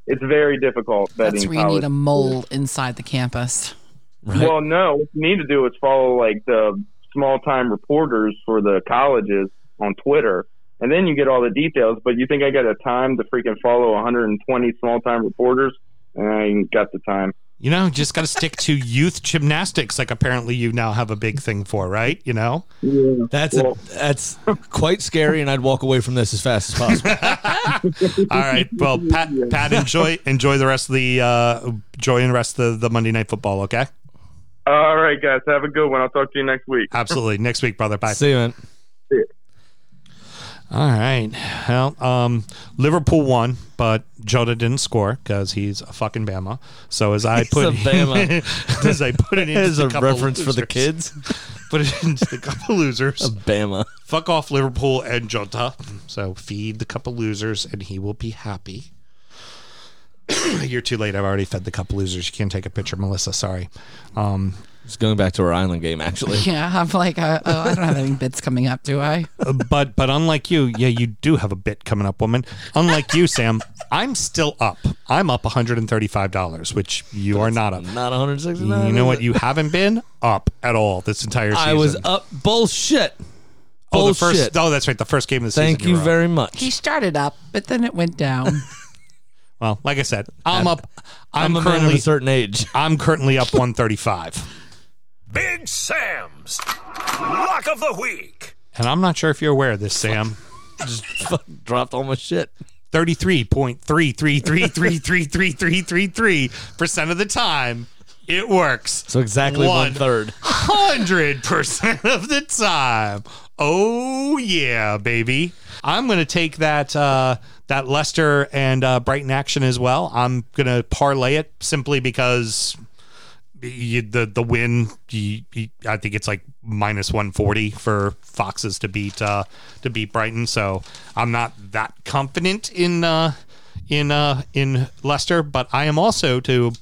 it's very difficult betting That's where you college. need a mole inside the campus. Right. Well, no, what you need to do is follow like the small time reporters for the colleges on Twitter, and then you get all the details. But you think I got a time to freaking follow 120 small time reporters? And I ain't got the time. You know, just got to stick to youth gymnastics, like apparently you now have a big thing for, right? You know? that's well- a, that's quite scary, and I'd walk away from this as fast as possible. All right. Well, Pat, Pat, enjoy enjoy the rest of the uh, enjoy the rest of the Monday Night Football. Okay. All right, guys, have a good one. I'll talk to you next week. Absolutely. Next week, brother. Bye. See you, man. All right. Well, um, Liverpool won, but Jota didn't score because he's a fucking Bama. So as I put a Bama. as I put it into There's the a couple reference for the losers. kids. Put it into the couple losers. Bama. Fuck off, Liverpool and Jota. So feed the couple losers, and he will be happy. You're too late. I've already fed the cup losers. You can't take a picture, Melissa. Sorry. Um, It's going back to our island game, actually. Yeah, I'm like, uh, oh, I don't have any bits coming up, do I? but but unlike you, yeah, you do have a bit coming up, woman. Unlike you, Sam, I'm still up. I'm up $135, which you are not up. Not 169. You know what? You haven't been up at all this entire season. I was up bullshit. Oh, the Bullshit. first. Oh, that's right. The first game of the season. Thank you were up. very much. He started up, but then it went down. Well, like I said, I'm up. I'm, I'm a man of currently. a certain age. I'm currently up 135, Big Sam's Lock of the Week. and I'm not sure if you're aware of this, Sam. Just fuck, dropped all my shit. 33.3333333% of the time it works. So exactly one third. 100% of the time. Oh yeah, baby. I'm going to take that uh that Leicester and uh Brighton action as well. I'm going to parlay it simply because you, the the win you, you, I think it's like minus 140 for Foxes to beat uh to beat Brighton so I'm not that confident in uh in uh in Leicester but I am also to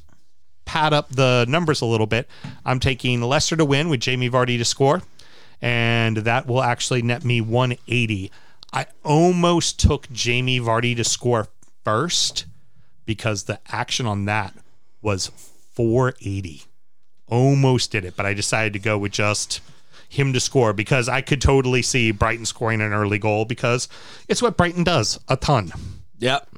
pad up the numbers a little bit I'm taking Leicester to win with Jamie Vardy to score and that will actually net me 180 I almost took Jamie Vardy to score first because the action on that was 480. Almost did it, but I decided to go with just him to score because I could totally see Brighton scoring an early goal because it's what Brighton does a ton. Yep.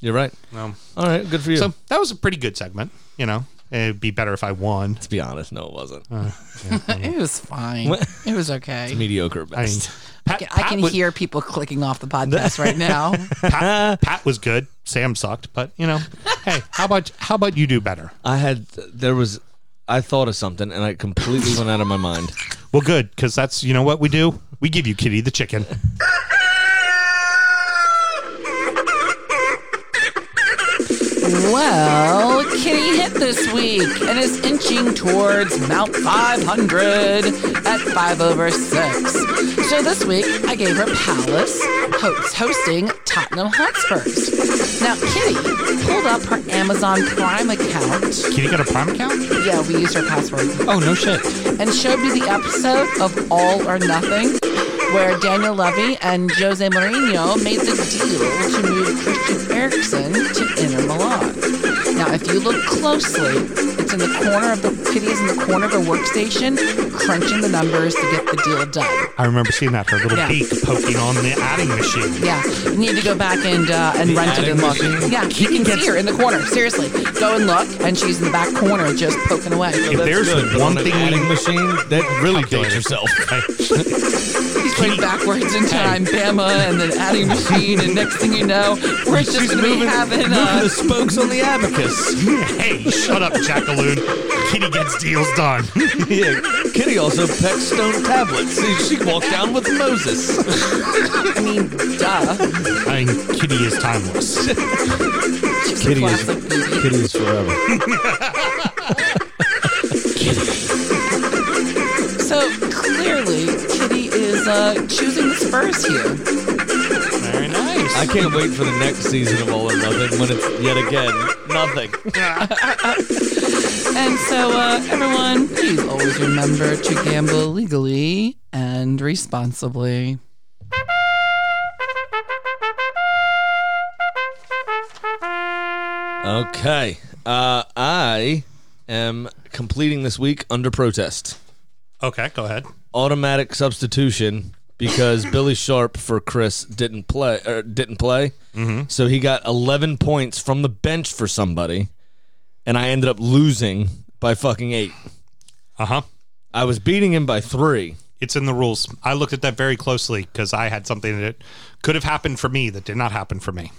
You're right. No. All right. Good for you. So that was a pretty good segment, you know. It'd be better if I won. to be honest, no, it wasn't. it was fine. It was okay. Mediocre at Uh-huh. I, mean, best. Pat, I can Pat was, hear people clicking off the podcast right now. Pat, Pat was good. Sam sucked, but you know, hey, how about how about you do better? I had there was I thought of something and I completely went out of my mind. Well, good because that's you know what we do. We give you Kitty the chicken. Well, Kitty hit this week and is inching towards Mount 500 at 5 over 6. So this week, I gave her Palace, hosts hosting Tottenham Hotspurs. Now, Kitty pulled up her Amazon Prime account. Kitty got a prime account? Yeah, we used her password Oh no shit. and showed me the episode of All or Nothing where Daniel Levy and Jose Mourinho made the deal to move Christian Eriksen to Inter Milan. Now, if you look closely, it's in the corner of the kitty's in the corner of her workstation, crunching the numbers to get the deal done. I remember seeing that her little Yeah. beak poking on the adding machine. Yeah, you need to go back and uh, and rent it and look. Yeah, you can see her in the corner. Seriously, go and look, and she's in the back corner, just poking away. If there's one thing we adding machine that really dates yourself. He's going backwards in time, Bama, and then adding machine, and next thing you know, we're just gonna be having Moving uh, the spokes on the abacus. hey, shut up, Jackaloon. Kitty gets deals done. Yeah. Kitty also pecks stone tablets. See, She walked down with Moses. I mean, duh. I mean, Kitty is timeless. She's Kitty a is- classic beauty. Kitty is forever. So clearly, Kitty is uh, choosing the Spurs here. Very nice. I can't wait for the next season of All or Nothing when it's yet again nothing. And so, uh, everyone, please always remember to gamble legally and responsibly. Okay. Uh, I am completing this week under protest. okay, go ahead. Automatic substitution because Billy Sharp for Chris didn't play or didn't play. Mm-hmm. So he got 11 points from the bench for somebody and I ended up losing by fucking 8. Uh huh. I was beating him by 3. It's in the rules. I looked at that very closely because I had something that could have happened for me that did not happen for me.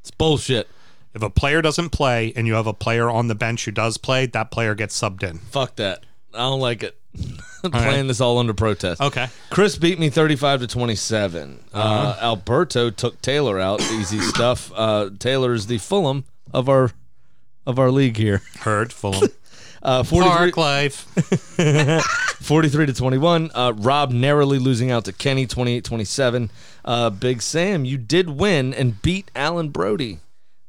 It's bullshit. If a player doesn't play and you have a player on the bench who does play, that player gets subbed in. Fuck that. I don't like it. I'm playing this all under protest. Okay. Uh-huh. Chris beat me 35 to 27. uh Alberto took Taylor out. Easy stuff. Uh, Taylor is the Fulham of our of our league here. Heard, Fulham. Uh, 43, Park life. 43 to 21. Uh, Rob narrowly losing out to Kenny 28 27. Uh, Big Sam, you did win and beat Alan Brody.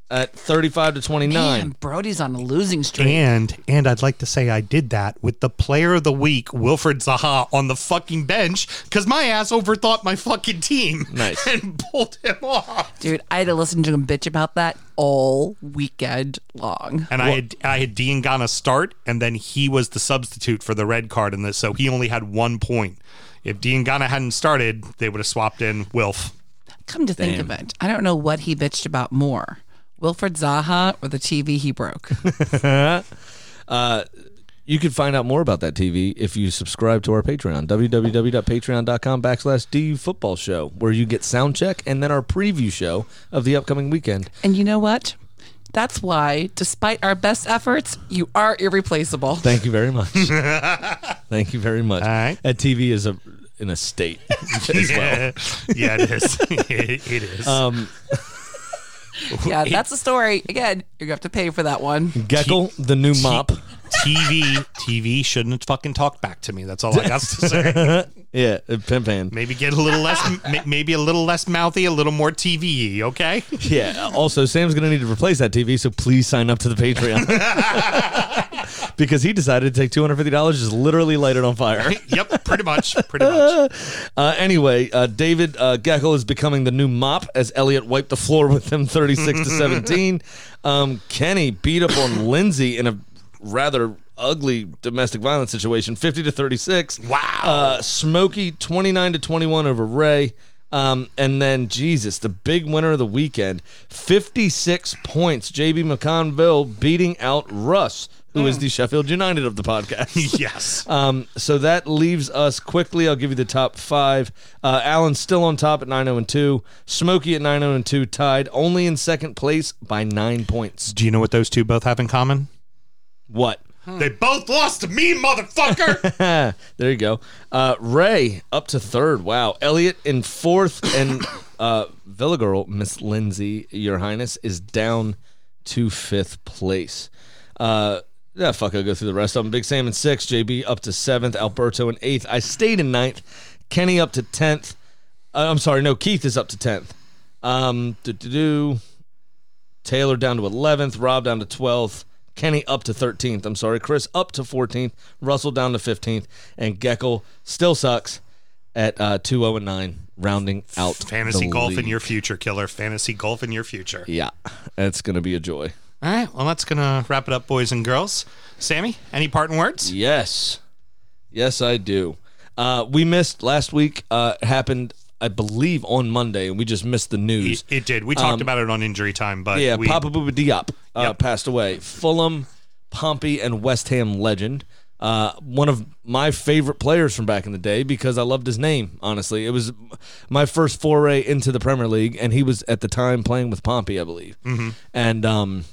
at 35 to 29. Man, Brody's on a losing streak. And and I'd like to say I did that with the player of the week, Wilfred Zaha, on the fucking bench because my ass overthought my fucking team. Nice. and pulled him off. Dude, I had to listen to him bitch about that all weekend long. And I had I had Dean Ghana start, and then he was the substitute for the red card in this, so he only had one point. If Dean Ghana hadn't started, they would have swapped in Wilf. Come to think of it, I don't know what he bitched about more Wilfred Zaha or the TV he broke. Uh, you can find out more about that TV if you subscribe to our Patreon, www.patreon.com backslash DU Football Show, where you get sound check and then our preview show of the upcoming weekend. and you know what? That's why, despite our best efforts, you are irreplaceable. Thank you very much. Thank you very much. right. That TV is a, in a state as well. yeah. yeah, it is. it, it is. Um, yeah, that's a story. Again, you're going to have to pay for that one. Geckel, the new mop. TV, TV shouldn't fucking talk back to me. That's all I got to say. Yeah, uh, Pimpan. Maybe get a little less, m- maybe a little less mouthy, a little more TV. Okay. Yeah. Also, Sam's going to need to replace that TV, so please sign up to the Patreon. because he decided to take $250, just literally light it on fire. yep. Pretty much. Pretty much. Uh, anyway, uh, David uh, Geckel is becoming the new mop as Elliot wiped the floor with him 36 to 17. Um, Kenny beat up on Lindsay in a rather ugly domestic violence situation 50 to 36. Wow. Uh, Smokey 29 to 21 over Ray. Um, and then Jesus, the big winner of the weekend, 56 points. JB McConville beating out Russ, who is the Sheffield United of the podcast. yes. Um, so that leaves us quickly. I'll give you the top five. Uh, Allen's still on top at 9 0 and 2. Smokey at 9 0 and 2, tied only in second place by nine points. Do you know what those two both have in common? What? They both lost to me, motherfucker. there you go. Uh, Ray up to third. Wow. Elliot in fourth. And uh, Villagirl, Miss Lindsay, Your Highness, is down to fifth place. Uh, yeah, fuck. I'll go through the rest of them. Big Sam in sixth. JB up to seventh. Alberto in eighth. I stayed in ninth. Kenny up to tenth. Uh, I'm sorry. No, Keith is up to tenth. Um, do do do. Taylor down to 11th, Rob down to 12th, Kenny up to 13th. I'm sorry, Chris up to 14th, Russell down to 15th, and Geckel still sucks at uh, 2 0 and 9, rounding out Fantasy the golf in league. your future, killer. Fantasy golf in your future. Yeah, it's gonna be a joy. All right. Well, that's gonna wrap it up, boys and girls. Sammy, any parting words? Yes. Yes, I do. Uh, we missed last week. Uh, it happened, I believe, on Monday, and we just missed the news. It, it did. We talked about it on injury time, but Um, Yeah, we, Papa Booba Diop uh, Yep. passed away. Fulham, Pompey, and West Ham legend. Uh, one of my favorite players from back in the day because I loved his name. Honestly, it was my first foray into the Premier League, and he was at the time playing with Pompey, I believe, and um,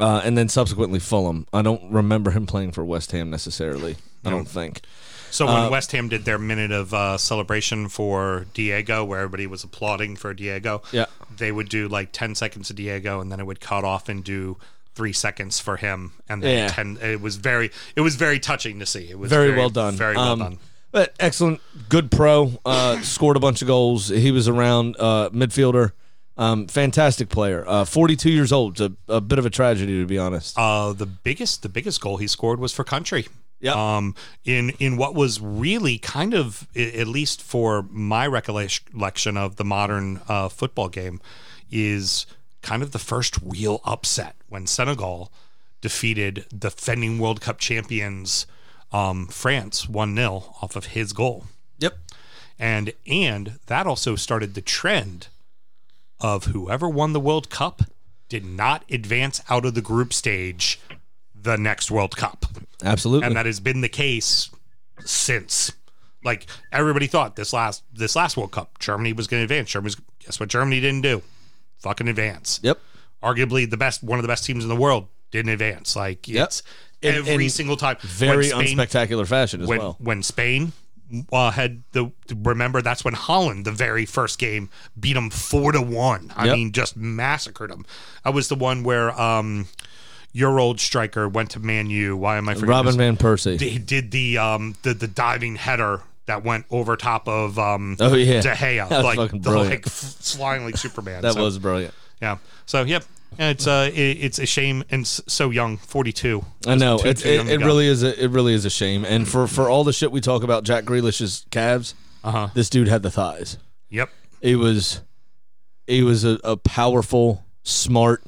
uh, and then subsequently Fulham. I don't remember him playing for West Ham necessarily. I don't think. So uh, when West Ham did their minute of uh, celebration for Diego, where everybody was applauding for Diego, Yeah. they would do like ten seconds of Diego, and then it would cut off and do three seconds for him, and then Yeah. ten. It was very, it was very touching to see. It was very, well done. very well Um, done. But excellent, good pro. Uh, scored a bunch of goals. He was around uh, midfielder. Um, fantastic player. Uh, 42 years old. It's a, a bit of a tragedy, to be honest. Uh, the biggest, the biggest goal he scored was for country. Yep. Um, in in what was really kind of, i- at least for my recollection of the modern uh, football game, is kind of the first real upset when Senegal defeated defending World Cup champions um, France one 0 off of his goal yep. and and that also started the trend of whoever won the World Cup did not advance out of the group stage the next World Cup, Absolutely. and that has been the case since. Like everybody thought this last this last World Cup, Germany was going to advance. Germany's guess what Germany didn't do, fucking advance. yep. Arguably the best, one of the best teams in the world didn't advance. Like Yep. it's In- every in single time. Very When Spain- unspectacular fashion as when well. when Spain uh, had the remember that's when Holland the very first game beat them four to one. I Yep. mean, just massacred them. I was the one where um, your old striker went to Man U. Why am I forgetting? Robin his- Van Persie. He did the um the, the diving header that went over top of um Oh, yeah. De Gea That was like fucking the, brilliant. like f- flying like Superman. that So, was brilliant. yeah. So yep, And it's uh, it, it's a shame and s- so young, forty two. I know it, it, it really is a it really is a shame, and for for all the shit we talk about Jack Grealish's calves, uh-huh. this dude had the thighs. Yep. It was, he was a, a powerful, smart,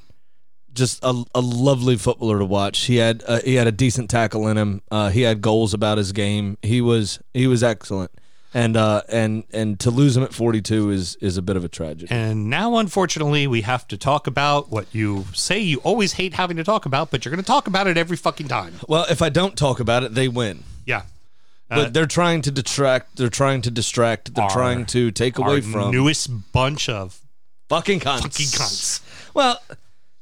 just a, a lovely footballer to watch. He had uh, he had a decent tackle in him. Uh, he had goals about his game. He was he was excellent, and uh and and to lose him at forty two is is a bit of a tragedy. And now, unfortunately, we have to talk about what you say you always hate having to talk about, but you're going to talk about it every fucking time. Well, if I don't talk about it, they win. Yeah. Uh, But they're trying to detract. They're trying to distract. They're Our- trying to take away Our from newest bunch of fucking cunts. fucking cunts. Well,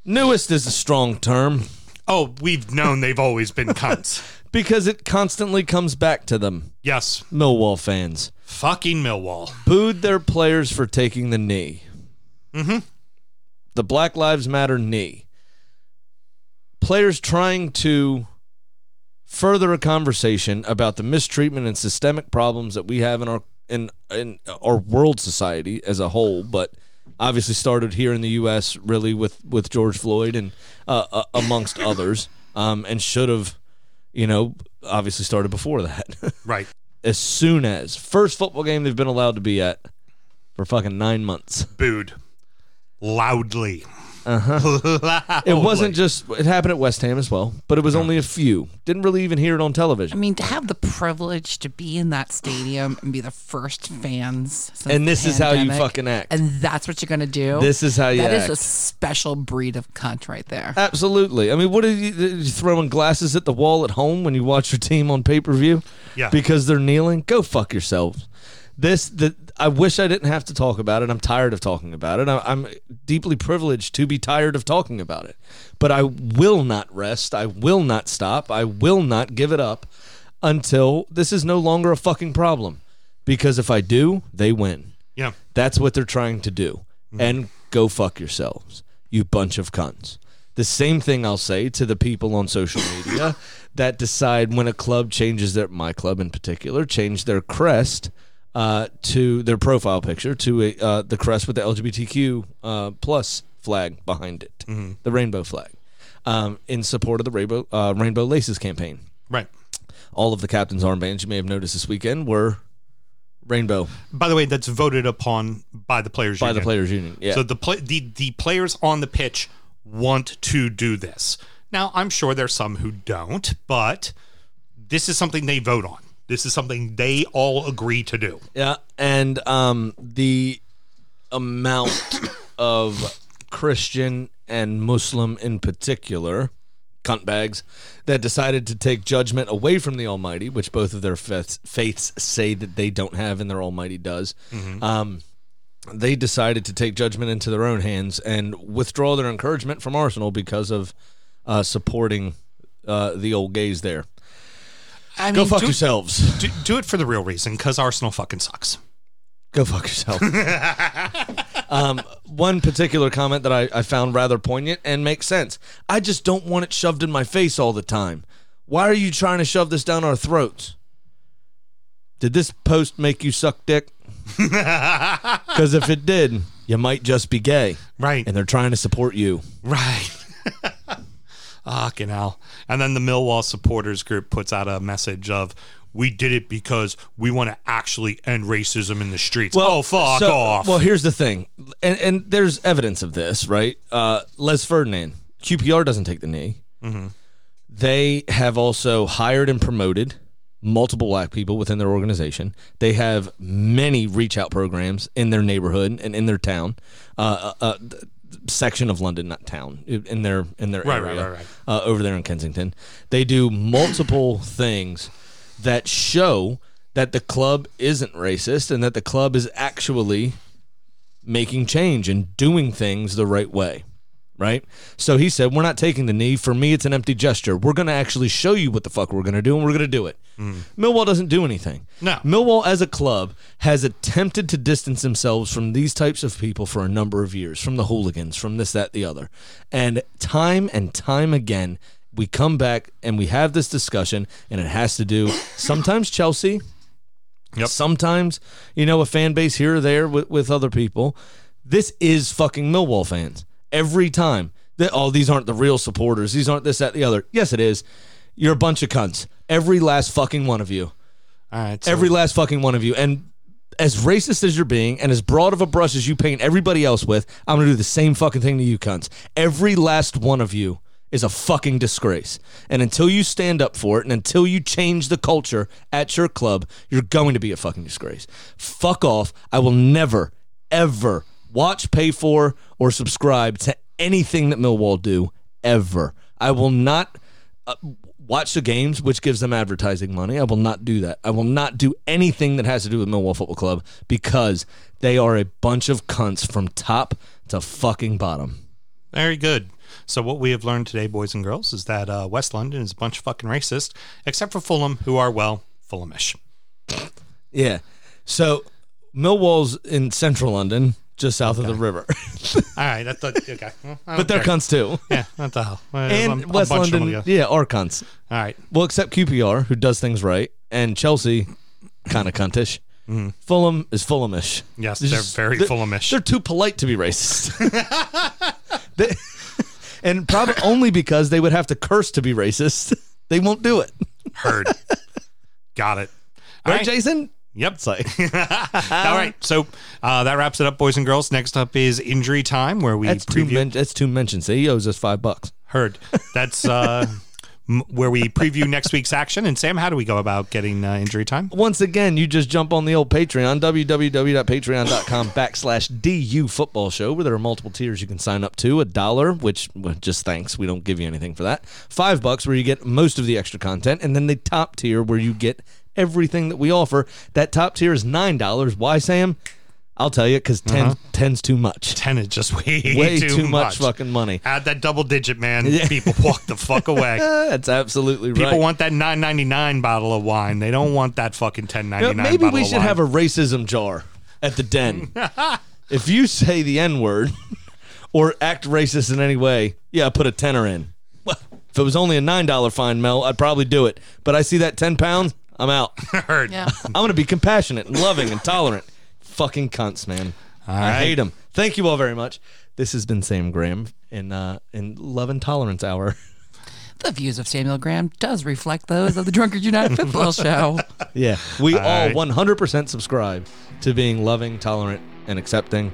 newest is a strong term Oh, we've known they've always been cunts. because it constantly comes back to them. Yes, Millwall fans fucking Millwall. booed their players for taking the knee. Mm-hmm. The Black Lives Matter knee. Players trying to further a conversation about the mistreatment and systemic problems that we have in our in in our world society as a whole, but obviously started here in the U.S. really with with George Floyd and uh, uh, amongst others, um, and should have, you know, obviously started before that. Right. as soon as first football game they've been allowed to be at for fucking nine months. Booed loudly. Uh-huh. It wasn't just it happened at West Ham as well, but it was only a few. Didn't really even hear it on I television. mean, to have the privilege to be in that stadium and be the first fans. since And the this is how you pandemic, fucking act. And that's what you're gonna do. This is how you That is a act. Uh, special breed of cunt right there. Absolutely. I mean, what are you, are you throwing glasses at the wall at home when you watch your team on pay per view? Yeah. Because they're kneeling. Go fuck yourselves. This the I wish I didn't have to talk about it. I'm tired of talking about it. I, I'm deeply privileged to be tired of talking about it, but I will not rest. I will not stop. I will not give it up until this is no longer a fucking problem. Because if I do, they win. Yeah. That's what they're trying to do. And go fuck yourselves, you bunch of cunts. The same thing I'll say to the people on social media that decide when a club changes their, my club in particular, change their crest uh, to their profile picture to a, uh, the crest with the LGBTQ uh, plus flag behind it, the rainbow flag, um, in support of the rainbow uh, rainbow laces campaign. Right. All of the captain's armbands you may have noticed this weekend were rainbow By the way, that's voted upon by the players. by the union. players union. Yeah. So the play, the the players on the pitch want to do this. Now, I'm sure there's some who don't, but this is something they vote on. This is something they all agree to do. Yeah, and um, the amount of Christian and Muslim in particular cuntbags that decided to take judgment away from the Almighty, which both of their faiths, faiths say that they don't have and their Almighty does. Um, they decided to take judgment into their own hands and withdraw their encouragement from Arsenal because of uh, supporting uh, the old gays there. I Go mean, fuck do, yourselves. do, do it for the real reason, because Arsenal fucking sucks. go fuck yourself. um, one particular comment that I, I found rather poignant and makes sense. I just don't want it shoved in my face all the time. Why are you trying to shove this down our throats? Did this post make you suck dick? Because if it did, you might just be gay. Right. And they're trying to support you. Right. Ah, Fucking hell. And then the Millwall supporters group puts out a message of, we did it because we want to actually end racism in the streets. oh, fuck so- off. Well, here's the thing, and, and there's evidence of this, right? Uh, Les Ferdinand, QPR doesn't take the knee. They have also hired and promoted multiple black people within their organization. They have many reach out programs in their neighborhood and in their town, uh, uh, uh, th- section of London, not town, in their in their Right, right, area right, right. uh, over there in Kensington. They do multiple things that show that the club isn't racist and that the club is actually making change and doing things the right way. Right? So he said, We're not taking the knee. For me, it's an empty gesture. We're going to actually show you what the fuck we're going to do, and we're going to do it. Millwall doesn't do anything. No. Millwall, as a club, has attempted to distance themselves from these types of people for a number of years, from the hooligans, from this, that, the other. And time and time again, we come back and we have this discussion, and it has to do sometimes Chelsea, Yep. sometimes you know a fan base here or there with, with other people this is fucking millwall fans every time Th- that oh these aren't the real supporters. These aren't this that the other. Yes, it is. You're a bunch of cunts. Every last fucking one of you. All right. Every last fucking one of you. And as racist as you're being, and as broad of a brush as you paint everybody else with, I'm gonna do the same fucking thing to you cunts. Every last one of you is a fucking disgrace. And until you stand up for it and until you change the culture at your club, you're going to be a fucking disgrace. Fuck off. I will never, ever watch, pay for, or subscribe to anything that Millwall do ever. I will not uh, watch the games, which gives them advertising money. I will not do that. I will not do anything that has to do with Millwall Football Club because they are a bunch of cunts from top to fucking bottom. Very good. So what we have learned today, boys and girls, is that uh, West London is a bunch of fucking racist, except for Fulham, who are well Fulhamish. Yeah. So Millwall's in central London, just south of the river. All right, I thought okay, Well, I but don't they're care. cunts too. Yeah, what the hell? Well, and I'm- I'm West bunching them London, together. yeah, are cunts. All right. Well, except QPR, who does things right, and Chelsea, kind of cuntish. Fulham is Fulhamish. Mm-hmm. Yes, they're very Fulhamish. They're too polite to be racist. They- and probably only because they would have to curse to be racist. They won't do it. Heard. Got it. All Right, right. Jason? Yep. It's like, ah. All right. So uh, that wraps it up, boys and girls. Next up is injury time, where we that's, two preview. men- that's two mentions. He owes us five bucks. Heard. That's uh, m- where we preview next week's action. And Sam, how do we go about getting uh, injury time? once again, you just jump on the old Patreon, www.patreon.com backslash DU football show, where there are multiple tiers you can sign up to. A dollar, which well, just thanks. We don't give you anything for that. Five bucks, where you get most of the extra content. And then the top tier, where you get everything that we offer. That top tier is $9. Why, Sam? I'll tell you, because 10, 10's too much. Ten is just way, Way too, much. fucking money. Add that double digit, man. People walk the fuck away. Ah, That's absolutely People right. want that nine ninety nine bottle of wine. They don't want that fucking ten You know, ninety nine. maybe we should have a racism jar at the den. if you say the N word or act racist in any way, yeah, I put a tenner in. Well, If it was only a nine dollar fine, Mel, I'd probably do it. But I see that ten pounds, I'm out. I'm heard. Yeah. gonna be compassionate and loving and tolerant. Fucking cunts, man. I right. hate them. Thank you all very much. This has been Sam Graham in uh, in Love and Tolerance Hour. The views of Samuel Graham does reflect those of the Drunkard United Football Show. Yeah, we all right. 100% subscribe to being loving, tolerant, and accepting.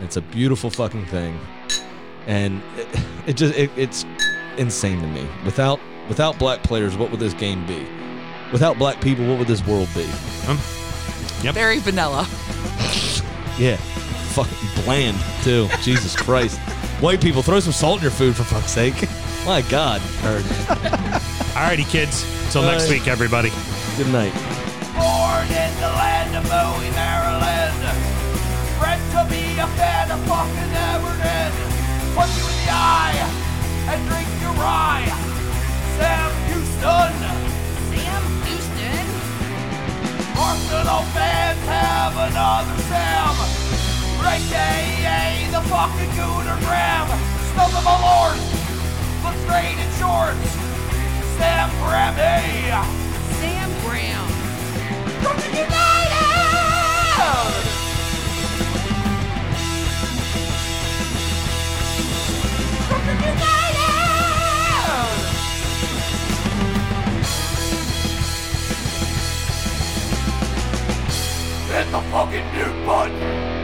It's a beautiful fucking thing, and it, it just it, it's insane to me. Without without black players, what would this game be? Without black people, what would this world be? Very vanilla. Yeah, fucking bland too. Jesus Christ, white people, throw some salt in your food for fuck's sake. My God, Alrighty, kids. Till next Bye. week, everybody. good night. Born in the land of Bowie, Maryland. Bred to be a fan of fucking Everton. Punch you in the eye and drink your rye. Sam Houston. Sam Houston. Arsenal fans have another Sam. Great day, the fucking Gooner Graham. Snuff of a lord. Looks great in shorts. Sam Grammy. Sam Graham. Brooklyn United! Brooklyn United! Hit the fucking mute button!